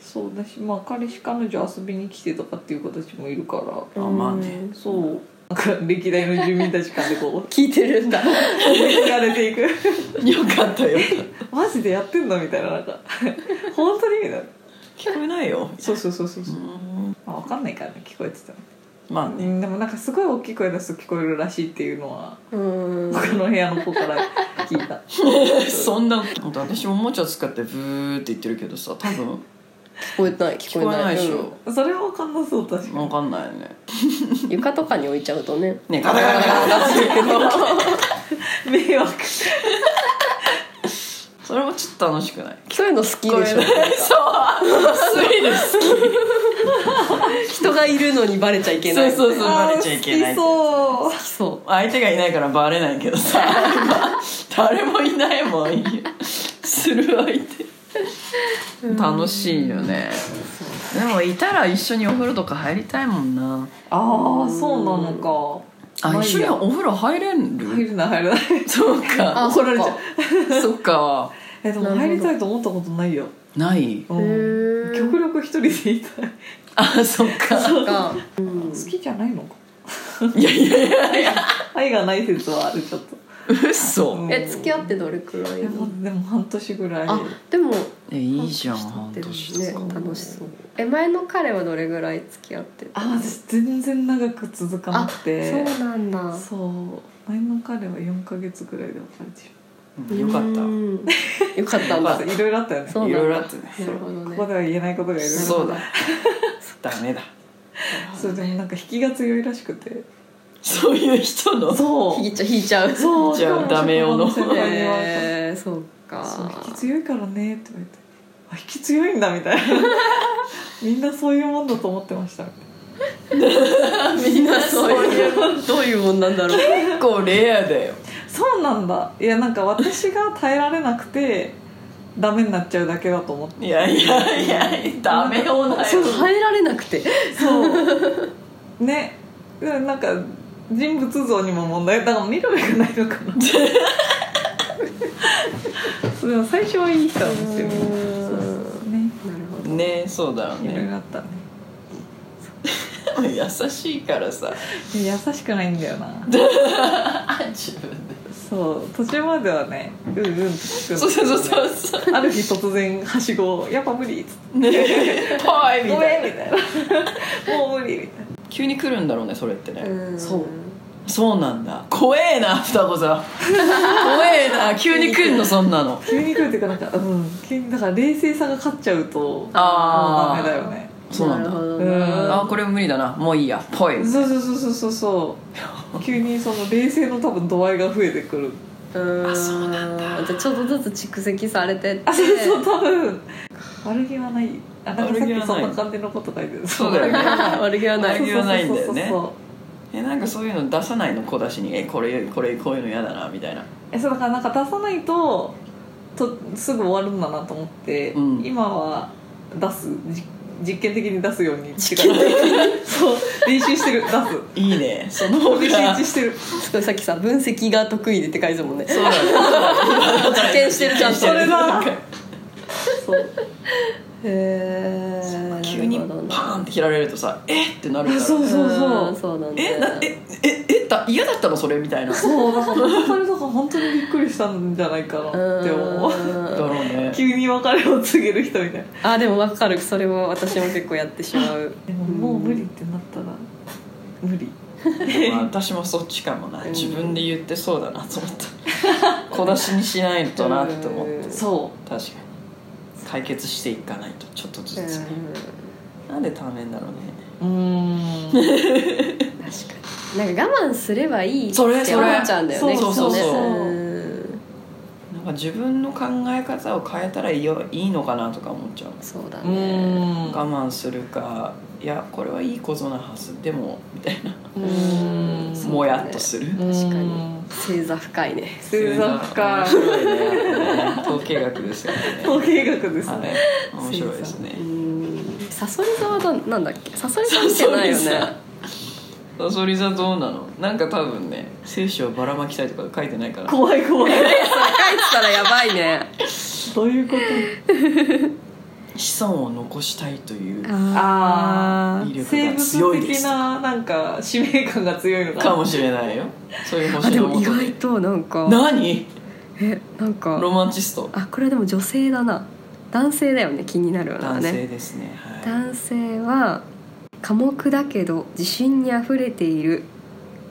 C: そうだしまあ彼氏彼女遊びに来てとかっていう子たちもいるから
A: あまあね
C: そうなんか歴代の住民たちからこう
B: 聞いてるんだ
C: 受けられていく
A: よかったよ
C: マジでやってんのみたいななんか本当にみたいな
A: 聞こえないよ
C: そうそうそうそうそう、
A: うん
C: まあ、分かんないからね聞こえてたの
A: まあね
C: うんでもなんかすごい大きい声出すと聞こえるらしいっていうのは
B: うん
C: 他の部屋の子から聞いた
A: そんな本当私もおもちゃ使ってブーって言ってるけどさ多分
B: 聞こえない聞
A: 聞こえないでし
B: うん
A: ょ
C: それは分かんなそう確か
A: 分
C: に
A: かんないよね
B: 床とかに置いちゃうと ね
A: ねガタガタガタガタって言うけど
C: 迷惑
A: それもちょっと楽しくない
B: そういうの好きでしょ
A: 聞こえないそうスリル好き
B: 人がいるのにバレちゃいけ
A: そ
B: な
A: う
B: い
A: そうそう
C: あー
A: バレちゃいけない
C: 好きそ
B: き
C: う
B: そ
A: 相手がいないからバレないけど さ誰もいないもんする相手楽しいよねでもいたら一緒にお風呂とか入りたいもんな
C: ああそうなのか
A: あ一緒に
C: ま
A: お風呂入れ
C: あ
A: る
C: いいや入るな入るな
A: そう
B: あ
A: か
B: 怒られち
C: ゃ
B: ゃ
A: そっか
C: えでも
B: なるほど
C: 入りたいと思ったことないよ、
A: ない
C: うん
B: うへー
C: 極力一人でいたい
A: あそっか
B: うか、うん
C: 好きじゃないのか
A: いやいやいやいや
C: 愛がない説はあるちょっと
A: 嘘
C: うん
B: え付き合ってどれくらい
C: で
B: なの
C: もでも半年ぐらい
B: あでも
A: えいいじゃん半
B: 半年
A: 年
B: 経ってる
A: とか
B: ね楽しそうえ前の彼はどれぐらい付き合ってた
C: あ私全然長く続かなくて
B: そうなんだ
C: そう前の彼は4か月ぐらいで別れてし
A: うんよかった
B: うんよかったん
C: ま
B: だ
C: ったいろいろあったよね
B: そうな
A: い
B: んだ
A: ろいろあってね
B: なるほど
C: こ
B: ね
C: こでは言えないことがいろいろあった
A: そうだダメだ
C: そうでもなんか引きが強いらしくて
A: そういう人の
C: そ
B: 引いちゃう引いちゃう
C: そう
A: じゃあ
C: しかも
A: ダメよの
C: 職場の先輩に言われた
B: へーそうか
C: そう引き強いからねって言われてあ引き強いんだみたい なみんなそういうもんだと思ってましたみたいな
B: みんなそういうどういうもんなんだろう
A: 結構レアだよ
C: そうなんだいやなんか私が耐えられなくてダメになっちゃうだけだと思って
A: いやいやいやダメよな
B: そ
A: よ
B: う耐えられなくて
C: そう ねなんか人物像にも問題だから見る目がないのか なそうでも最初はいい人なんですよそうそうね
B: なるほど
A: ねそうだよ
C: いろい
A: ね
C: ろあったね
A: 優しいからさ
C: いや優しくないんだよな
A: 自分で
C: そう途中まではねうんうんって聞くんだけ
A: そ
C: どね
A: うそうそうそ
C: ある日突然はしごをやっぱ無理っつっ
A: うねはい
C: て
A: み
C: ご
A: た
C: め
A: い
C: ん
A: な
C: みたいな もう無理みたいな
A: 急に来るんだろうねそれってね、
B: うん
C: そう
A: そうなんだ怖えな双子座怖えな急に来んのそんなの
C: 急に来るっていうかなんかうん急にだから冷静さが勝っちゃうと
A: あー
C: もうダメだよね
A: そうなん
B: るほ
A: だ
B: ど
C: うん
A: あこれ無理だなもういいやぽい
C: そうそうそうそうそうそう 急にその冷静の多分度合いが増えてくる
B: うんあそうなんだじゃあちょっとずつ蓄積されてって
C: あそうそう多分悪気はないあなんかさ
A: 悪
C: っ
A: 気
C: き
A: は
C: そ
A: ない
C: んな感じのこと書いてる
A: そうだよね
B: 悪気はない
A: 悪気はないんだよね
C: そうそうそうそう
A: えなんかそういうの出さないの小出しにえこれこれこういうの嫌だなみたいな
C: えそうだからなんか出さないととすぐ終わるんだなと思って、
A: うん
C: 今は出すじ実験的に出すように実験的に そう練習してる出す
A: いいねその 方
C: 練
A: が
C: 習してる
B: すごいさっきさ分析が得意でって書いてたもんね
A: そうだね
B: 実験してるじゃん
A: 実験してる
C: それだそう
B: へえ
A: 急にパーンって切られるとさえっってなるから
C: そうそうそう
B: そうなんだ
A: えなえええだ嫌だったのそれみたいなだ
C: そうだから本当にだから本当にびっくりしたんじゃないかなって思う
A: ろうね
C: 急に別れを告げる人みたいな
B: あでも分かるそれも私も結構やってしまう
C: でももう無理ってなったら無理
A: まあ私もそっちかもな自分で言ってそうだなと思った 小出しにしないとなって思って
B: うん
C: そう
A: 確かに解決していかないとちょっとずつねなんでためんだろうね
C: うーん
B: 確かになんか我慢すればいいって
A: そ
B: 思
A: れ
B: っち
A: それ
B: ゃうんだよね
A: そうそうそう
B: きっとね
A: そうんなんか自分の考え方を変えたらいいよいいのかなとか思っちゃう
B: そうだ
C: う
B: ね
A: 我
C: ん
A: 慢するかいやこれはいいことなはずでもみたいな
C: うん
B: そう
A: もやっとする
B: 確かに星座深いね
C: 数 学か
A: 面白いね統計学ですよね
C: 統計学ですね、
A: はい面白いですね
B: うんサソリ座はどなんだっけサソリ座見てないよね
A: サソリ座どうなのなんか多分ね精子をばらまきたいとか書いてないから
C: 怖い怖い
B: 書いてたらやばいね
C: どういうこと
A: 子孫を残したいという
C: あ
A: ー
C: ー
A: 威力
C: 生
A: が強い
C: 物
A: です
C: 的ななんか使命感が強いのかな
A: かもしれないよそういう
B: あ
A: 星
B: で
A: の
B: も
A: も
B: 意
A: と
B: 外
A: で
B: となんか
A: 何
B: えなんか
A: ロマンチスト
B: あこれでも女性だな男性だよね気になるのは
A: 男性
B: ね
A: ですねは
B: 男性は寡黙だけど自信にあふれている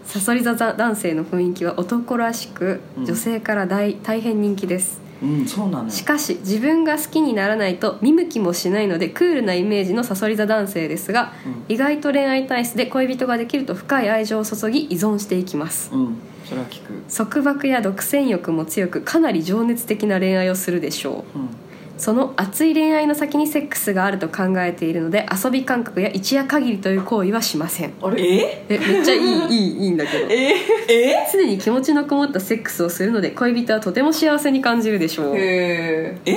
B: サソリ座男性の雰囲気は男らしく
A: うん
B: 女性から大大変人気です、
A: いうんそうなのよ
B: しかし自分が好きにならないと見向きもしないのでクールなイメージのサソリ座男性ですが意外と恋愛体質で恋人ができると深い愛情を注ぎ依存していきます
A: うんうんそれは聞く
B: 束縛や独占欲も強くかなり情熱的な恋愛をするでしょう
A: うん
B: その熱い恋愛の先にセックスがあると考えているので遊び感覚や一夜限りという行為はしません
A: あれえ
B: えめっちゃいいいいいいんだけど
C: え
A: え
B: 常に気持ちのこもったセックスをするので恋人はとても幸せに感じるでしょ
C: ー、
B: う
C: え
A: え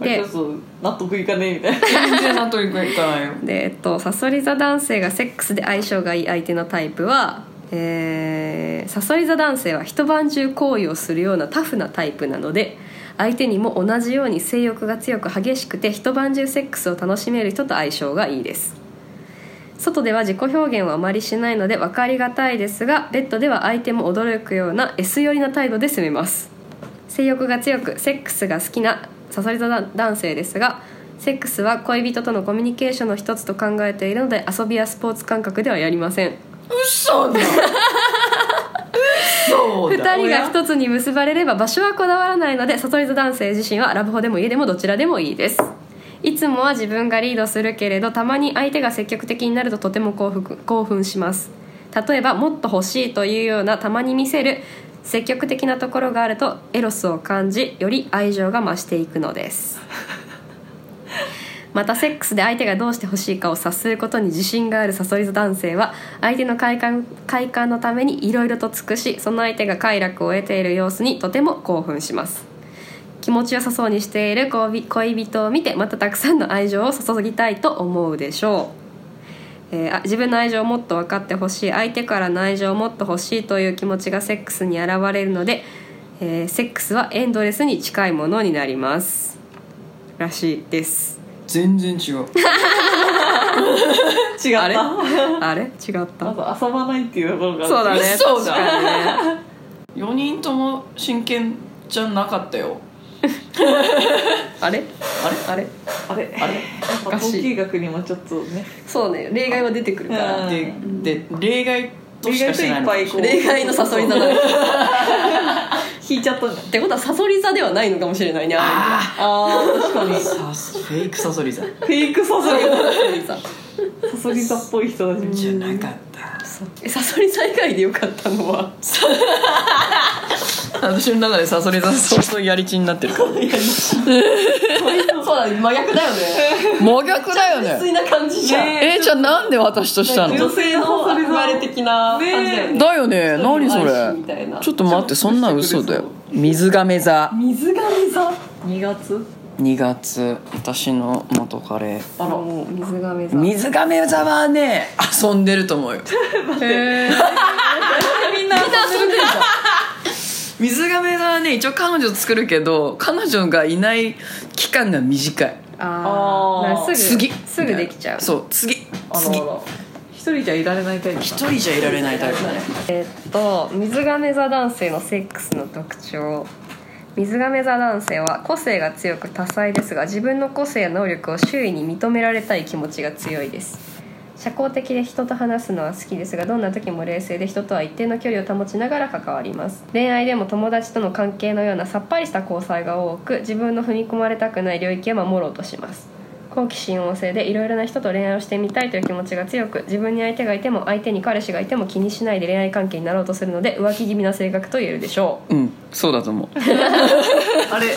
C: ー、ちょっと納得いかねえみたいな
A: 全然納得いかないよ
B: でえっとサソリ座男性がセックスで相性がいい相手のタイプはえー、サソリ座男性は一晩中行為をするようなタフなタイプなので相手にも同じように性欲が強く激しくて一晩中セックスを楽しめる人と相性がいいです外では自己表現はあまりしないので分かりがたいですがベッドでは相手も驚くような S 寄りな態度で攻めます性欲が強くセックスが好きなサソリ座男性ですがセックスは恋人とのコミュニケーションの一つと考えているので遊びやスポーツ感覚ではやりません
A: 嘘だ嘘
B: 二
A: だ
B: 人が一つに結ばれれば場所はこだわらないのでサソリ座男性自身はラブホでも家でもどちらでもいいですいつもは自分がリードするけれどたまに相手が積極的になるととても興奮興奮します例えばもっと欲しいというようなたまに見せる積極的なところがあるとエロスを感じより愛情が増していくのですまたセックスで相手がどうして欲しいかを察することに自信があるサソリ座男性は相手の快感快感のためにいろいろと尽くしその相手が快楽を得ている様子にとても興奮します気持ちよさそうにしている恋恋人を見てまたたくさんの愛情を注ぎたいと思うでしょう、えーあ自分の愛情をもっと分かってほしい相手からの愛情をもっと欲しいという気持ちがセックスに現れるので、えーセックスはエンドレスに近いものになりますらしいです
A: 全然違う
C: 違った
B: あれ
C: ま
B: あれ違った
C: ず遊ばないっていうところが
B: そうだね
A: 嘘だ
B: 確かにね
A: 4人とも真剣じゃなかったよ
B: あれ
A: あれ
B: あれ
C: あれ
A: あれ
C: やっぱ統計学にもちょっとね
B: そうね例外は出てくるから
C: うん
A: でで例外と
C: 意
A: しか
C: 外
A: し
C: と
A: てない
C: いっ
A: のか
C: ぱ
A: も
C: い
A: しれない
B: 例外のサソリ
C: こう
B: 座なんだ
C: 引いちゃったんだ
B: ってことはサソリ座ではないのかもしれないねあ
C: あー確かに
A: さすフェイクサソリ座
C: フェイクサソリ
B: の人サソリ座
C: サソリ座っぽい人たち
A: じゃなかった
B: えサソリ座以外でよかったのは
A: 私の中でサソリ座相当やりちになってるから
B: そうだね真逆だよね
A: 真逆だよ
B: 不
A: ね
B: 粋な感じじゃん、
C: ねえ
A: えー、じゃあなんで私とした
B: 女
A: の
B: 性の憧れ的な感じだよね
A: だよね何そ
B: 愛しみ
A: れ
B: たいな
A: ちょっと待ってそんな嘘だよ水亀座
C: 水亀座2月
A: 2月私の元カレ
B: あらもう水亀座
A: 水亀座はね遊んでると思うよ
B: へーみんな遊んでるじゃん
A: 水亀座はね一応彼女作るけど彼女がいない期間が短い
B: あ
C: あー
B: あすぐ
A: 次
B: すぐできちゃう
A: そう次
C: あの
A: 次
C: 一人じゃいられないタイプ
A: 一人じゃいられないタイプだね
B: と水亀座男性のセックスの特徴水亀座男性は個性が強く多彩ですが自分の個性や能力を周囲に認められたい気持ちが強いです社交的で人と話すのは好きですがどんな時も冷静で人とは一定の距離を保ちながら関わります恋愛でも友達との関係のようなさっぱりした交際が多く自分の踏み込まれたくない領域を守ろうとします好奇心旺盛でいろいろな人と恋愛をしてみたいという気持ちが強く自分に相手がいても相手に彼氏がいても気にしないで恋愛関係になろうとするので浮気気味な性格と言えるでしょう
A: うんそうだと思うあれ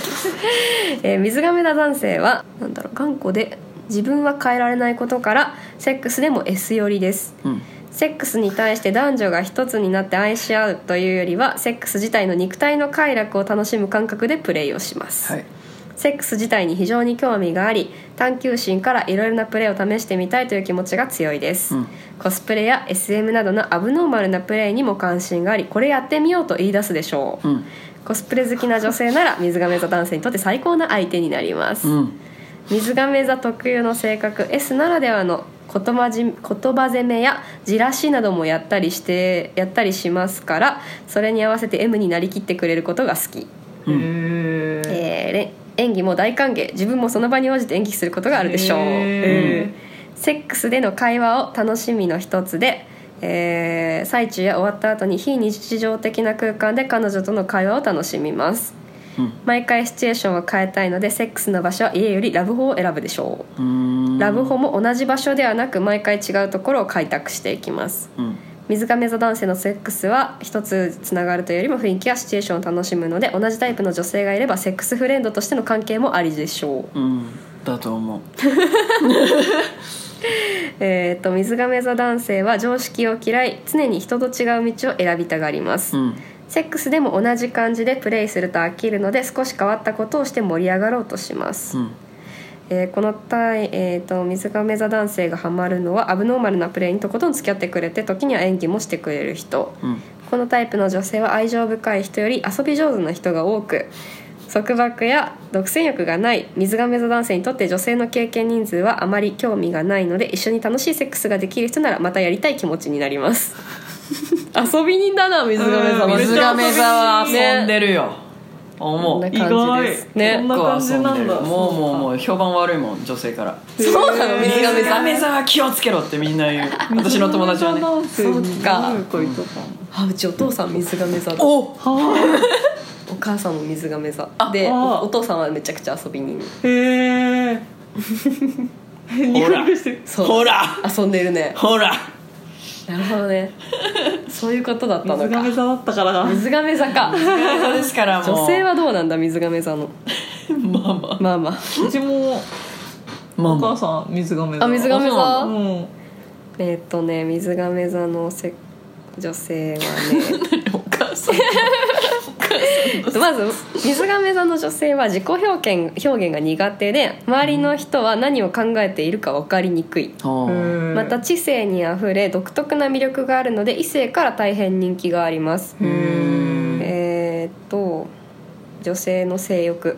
B: えー水亀座男性はなんだろう頑固で自分は変えられないことからセックスでも S 寄りです
A: うん
B: セックスに対して男女が一つになって愛し合うというよりはセックス自体の肉体の快楽を楽しむ感覚でプレイをします、
A: はい
B: セックス自体に非常に興味があり探求心からいろいろなプレーを試してみたいという気持ちが強いです、
A: うん
B: コスプレや SM などのアブノーマルなプレイにも関心がありこれやってみようと言い出すでしょう、
A: うん
B: コスプレ好きな女性なら水亀座男性にとって最高な相手になります、
A: うん
B: 水亀座特有の性格 S ならではの言葉じ言葉攻めやじらしなどもやったりしてやったりしますからそれに合わせて M になりきってくれることが好き、
A: うん
C: え
B: えーれ演技も大歓迎自分もその場に応じて演技することがあるでしょう、
C: へ
B: セックスでの会話を楽しみの一つで、えー最中や終わった後に非日常的な空間で彼女との会話を楽しみます
A: うん
B: 毎回シチュエーションを変えたいのでセックスの場所は家よりラブホを選ぶでしょ
A: うー
B: うんラブホも同じ場所ではなく毎回違うところを開拓していきます
A: うん
B: 水亀座男性のセックスは一つつながるというよりも雰囲気やシチュエーションを楽しむので同じタイプの女性がいればセックスフレンドとしての関係もありでしょう
A: うんだと思う
B: えー、と水亀座男性は常識を嫌い常に人と違う道を選びたがります、
A: うん
B: セックスでも同じ感じでプレイすると飽きるので少し変わったことをして盛り上がろうとします、
A: うん
B: えーこの対、えー、と水亀座男性がハマるのはアブノーマルなプレイにとことん付き合ってくれて時には演技もしてくれる人
A: うん
B: このタイプの女性は愛情深い人より遊び上手な人が多く束縛や独占欲がない水亀座男性にとって女性の経験人数はあまり興味がないので一緒に楽しいセックスができる人ならまたやりたい気持ちになります 遊び人だな水亀座は
A: 水
C: がめ
A: 亀座は
B: ね
A: 遊んでるよ、思
B: こん
A: う
B: な
C: 意
B: 感じで
C: 外
B: すね
C: こんな感じなんだ
A: もうもうもう評判悪いもん女性から
B: そうなの水
A: 水
B: 亀座
A: 亀座は気をつけろってみんな言う私の友達はね
C: そ
B: そっかあうちお父さん水亀座だお
A: お
B: 母さんも水亀座
A: あ
B: で
C: あ
B: おお父さんはめちゃくちゃ遊び人
C: へえ
A: ほら
C: して
B: そう
A: ほら
B: 遊んでるね
A: ほら
B: なるほどねそういうことだったの
C: 水
B: か
C: 亀座だったからな
B: 水亀座か
A: そうですからもう
B: 女性はどうなんだ水亀座の
A: まあま
B: まあまあ
C: うちも
A: あまあ
C: お
A: ま
C: 母
A: あ
C: さん水亀座
B: あ水亀
A: あ
C: う
B: 座
C: ん
B: えーっとね水亀座のせ女性はね
A: お母さん
B: まず水亀座の女性は自己表現表現が苦手で周りの人は何を考えているか分かりにくいまた知性にあふれ独特な魅力があるので異性から大変人気がありますえーっと女性の性欲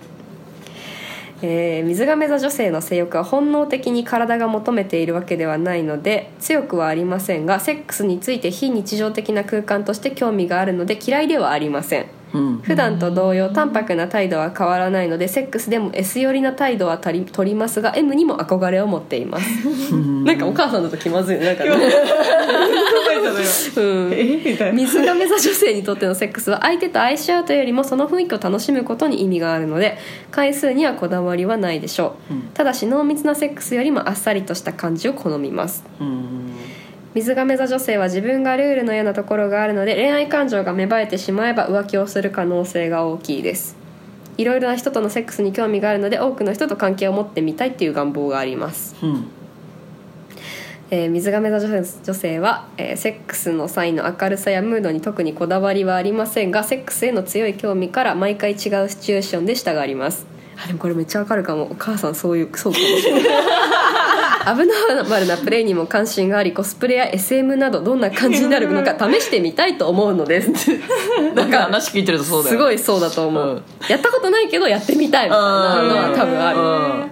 B: えー水亀座女性の性欲は本能的に体が求めているわけではないので強くはありませんがセックスについて非日常的な空間として興味があるので嫌いではありません
A: うん
B: 普段と同様淡白な態度は変わらないのでセックスでも S 寄りな態度は取り取りますが M にも憧れを持っていますなんかお母さんだと気まずいねなんかね、うん
C: えみたいな
B: 水亀座女性にとってのセックスは相手と愛し合うというよりもその雰囲気を楽しむことに意味があるので回数にはこだわりはないでしょう、
A: うん
B: ただし濃密なセックスよりもあっさりとした感じを好みます
A: うん
B: 水亀座女性は自分がルールのようなところがあるので恋愛感情が芽生えてしまえば浮気をする可能性が大きいですいろいろな人とのセックスに興味があるので多くの人と関係を持ってみたいっていう願望があります
A: うん
B: えー水亀座女性女性は、えーセックスの際の明るさやムードに特にこだわりはありませんがセックスへの強い興味から毎回違うシチュエーションで従いますあでもこれめっちゃわかるかもお母さんそう いうそうかもしれないアブノーマルなプレイにも関心がありコスプレや SM などどんな感じになるの か試してみたいと思うのです
A: なんか話聞いてるとそうだ
B: す
A: よ
B: ご
A: ね
B: いそうだと思う、
A: うん
B: やったことないけどやってみたいみたいなのは多分ある
A: うん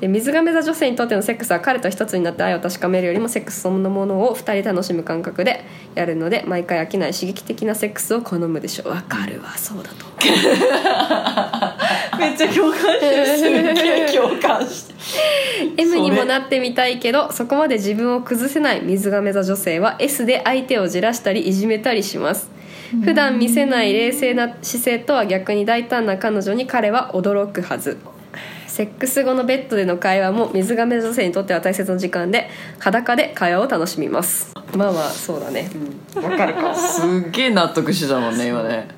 B: で水亀座女性にとってのセックスは彼と一つになって愛を確かめるよりもセックスそのものを2人楽しむ感覚でやるので毎回飽きない刺激的なセックスを好むでしょうわかるわそうだと思う
A: めっちゃ共感して るすっげえ共感して
B: M にもなってみたいけどそこまで自分を崩せない水亀座女性は S で相手をじらしたりいじめたりします普段見せない冷静な姿勢とは逆に大胆な彼女に彼は驚くはずセックス後のベッドでの会話も水亀座女性にとっては大切な時間で裸で会話を楽しみますまあまあそうだねわ、かるかも
A: すっげえ納得してたもんね今ね、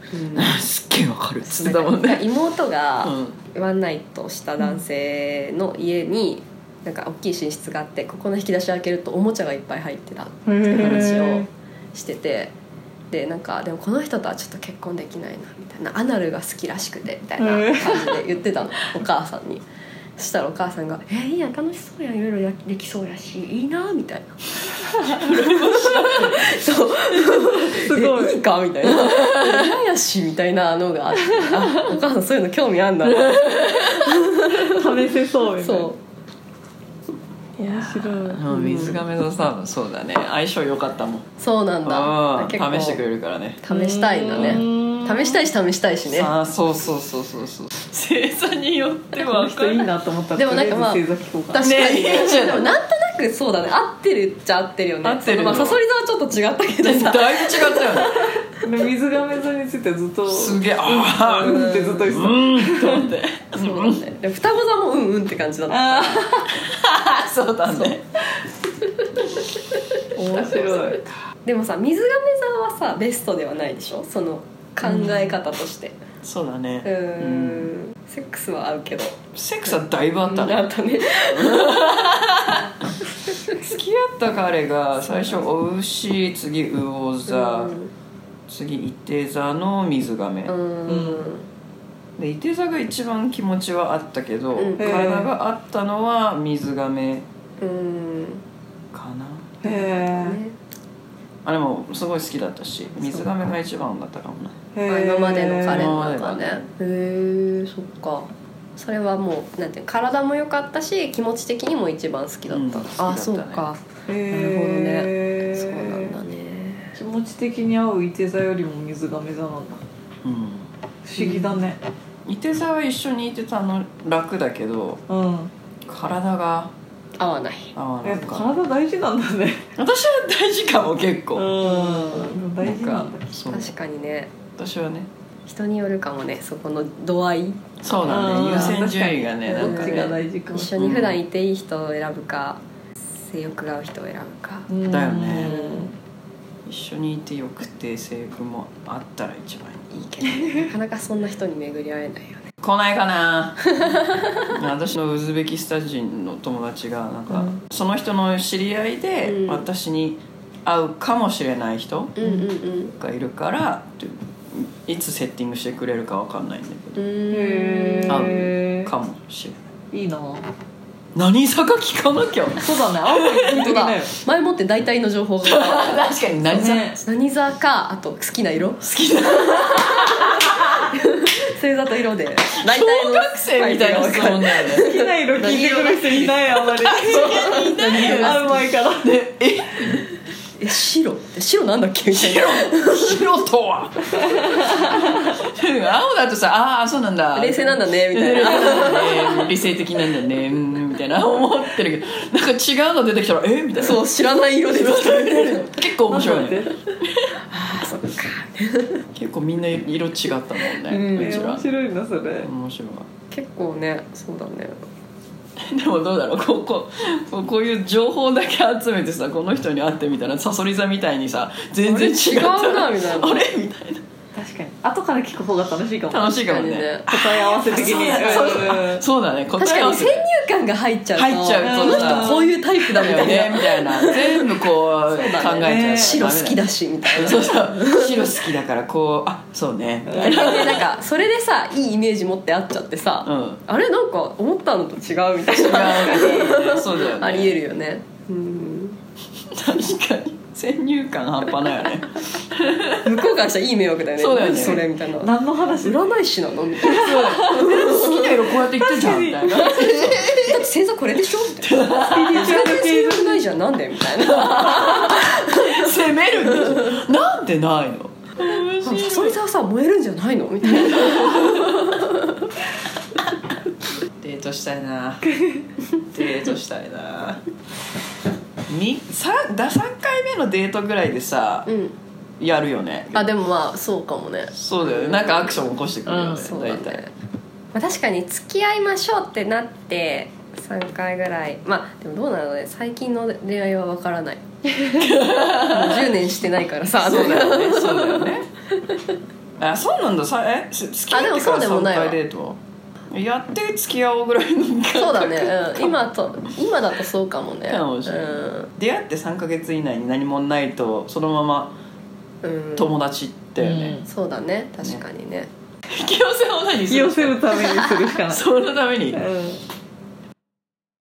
A: すっげえわかるっつってたもん
B: なんか
A: ね
B: 妹が
A: う
B: ワンナイトした男性の家になんか大きい寝室があってここの引き出し開けるとおもちゃがいっぱい入ってたっていう話をしててでなんかでもこの人とはちょっと結婚できないなみたいなアナルが好きらしくてみたいな感じで言ってたのお母さんに。そしたらお母さんが「えいいやん楽しそうやんいろいろやできそうやしいいな」みたいな そう
C: すごい
B: えいいかみたいな「嫌やし」みたいなのがあってあお母さんそういうの興味あんだな
C: 試せそうみたいな
B: そういや
C: 面白い
A: うん水亀座さんそうだね相性良かったもん
B: そうなん
A: あ
B: だ
A: あ
B: 結構
A: 試してくれるからね
B: 試したいんだね試したいし試したいしね
A: ああそうそうそうそうそう星座によって
C: こ
A: は
C: の人いいなと思ったら
B: でもなんかまあ
C: とりえず星座聞こうか
B: 確かに、
A: ねいいじゃ
B: で
A: ない
B: もなんとなくそうだね合ってるっちゃ合ってるよね
A: 合ってるよ
B: まあサソリ座はちょっと違ったけどさ
A: だいぶ違ったよね
C: で水亀座についてずっと
A: すげえああ
C: うんってずっと言ってた
A: うんと思って
B: そうだねでも双子座もうんうんって感じだった
A: あ そうだね
C: 面白い
B: でもさ水亀座はさベストではないでしょその考え方として
A: そうだ
B: う
A: ね
B: ーんセックスは合うけど
A: セックスはだいぶあったね
B: あったね
A: 付き合った彼が最初お牛次魚座
B: うん
A: 次伊手座の水亀
B: うん
A: で伊手座が一番気持ちはあったけど
B: うん
A: 体があったのは水亀
B: うん
A: かな
C: へえ
B: ね
A: あでもすごい好きだったし水亀が一番だったかもな
B: あ今までの彼
A: レー
B: の中ねへえそっかそれはもうなんていうの体も良かったし気持ち的にも一番好きだった、
A: うん好きだったね
B: あそうか、
C: へえ
B: そうなんだね
C: 気持ち的に合う伊手座よりも水亀座なんだ
A: うん
C: 不思議だね
A: 伊手座は一緒にいてたの楽だけど
C: うん
A: 体が
B: 合わない
A: 合わな
C: やっ
A: い
C: ぱ
A: か
C: 体大事なんだね
A: 私は大事かも結
C: う
A: 構
C: ん大事なんだ
A: かそう
B: 確かにね
A: 私はね
B: 人によるかもねそこの度合い
A: そうだ
C: うん
A: ね優先順位がねな
C: ど
A: んか
C: っち
A: ね
C: が大事かも
B: 一緒に普段いていい人を選ぶか性欲が合う人を選ぶか
C: うん
A: だよね一緒にいてよくて制服もあったら一番いいけど
B: なかなかそんな人に巡り会えないよね
A: 来ないかな私のウズベキスタン人の友達がなんか、
C: うん
A: その人の知り合いで
B: うん
A: 私に会うかもしれない人
B: うんうんうん
A: がいるから、いつセッティングしてくれるかわかんないんだけ
B: う
C: へ
B: ーん
A: 合う
C: え
A: どかもしれない
C: いいな
A: 何座か聞かなきゃ
C: そうだね青森聞い
B: 本当
C: てみ
B: だ
C: なよ
B: 前もって大体の情報が
A: 確かに何座、
C: ね
B: 何座かあと好きな色好きな星座と色で大体
A: 小
B: の
A: 学生みたいな質問だよね
C: 好きな色聞いてくる人いないあんまりあうまいから
A: でえ
B: え白え白なんだっけみたい
A: 白白とは青だとさああそうなんだ
B: な冷静なんだねみたいな
A: ね理性的なんだねうんみたいな思ってるけどなんか違うの出てきたらえみたいな
B: そう知らない色でずっと見れるの
A: 結構面白いね
B: あーそっか
A: 結構みんな色違ったもんね、う
C: え
A: ち
C: ー
A: ら
C: 面白いなそれ
A: 面白
B: 結構ねそうだね
A: いでもどうだろうこうこうこうこういう情報だけ集めてさこの人に会ってみたらさそり座みたいにさ全然違った
B: あれ違うなみたい な
A: あれみたい
C: 確かに後から聞く方が楽しいかも
A: な楽しいかもね
B: 確かにね
C: 答え合わせ的に
A: そうだそうだね
B: 確
A: 答え合
B: か
A: わ
B: に
A: せ
B: 先入観が入っちゃうと
A: 入っちゃ
C: うと
B: この人こういうタイプだみ
A: だ
B: た
A: よ
B: いな
A: ねみたいな全部こう考えちゃう
B: だね白好きだしみたいな
A: そうそう白好きだからこうあそうね
B: でなんかそれでさいいイメージ持って会っちゃってさ、
A: うん
B: あれなんか思ったのと違うみたい
A: 違う
B: な
A: よねそうだよね
B: ありえるよねうん
A: 確かに先入観半端ないよね
B: 向こうからしたらいい迷惑だよね
A: そうだよね
B: 何それみたいな
C: 何の話
B: 占い師なのみたいなだ
A: 好きな色こうやって言ってんじゃんみたいな
B: っれ星座これでしょ?」みたいな「全然性欲ないじゃんなんで?」みたいな
A: 責めるんでしょなんでないの
B: 「さそり座はさ燃えるんじゃないの?」みたいな
A: デートしたいなデートしたいなみ三だ3回目のデートぐらいでさ、
B: うん
A: やるよね
B: あでもまあそうかもね
A: そうだよねなんかアクション起こしてくるよね、
B: うんそうだね
A: 大体
B: まあ、確かに付き合いましょうってなって3回ぐらいまあでもどうなのね最近の恋愛はわからないもう10年してないからさ
A: そうだ
B: あの
A: よねそうだよねあそうなんださえす付き合ってから
B: あでもそうでも
A: 3
B: ないわ
A: 回デートやって付き合おうぐらいの感覚
B: そうだね、うん、今と今だとそうかもね
A: かもしれない
B: うん
A: 出会って3か月以内に何もないとそのまま
B: うん
A: 友達だよね、
B: そうだね確かにね
A: 引き寄せを何す
C: 寄
A: る
C: せるためにするしかない
A: そのために
C: う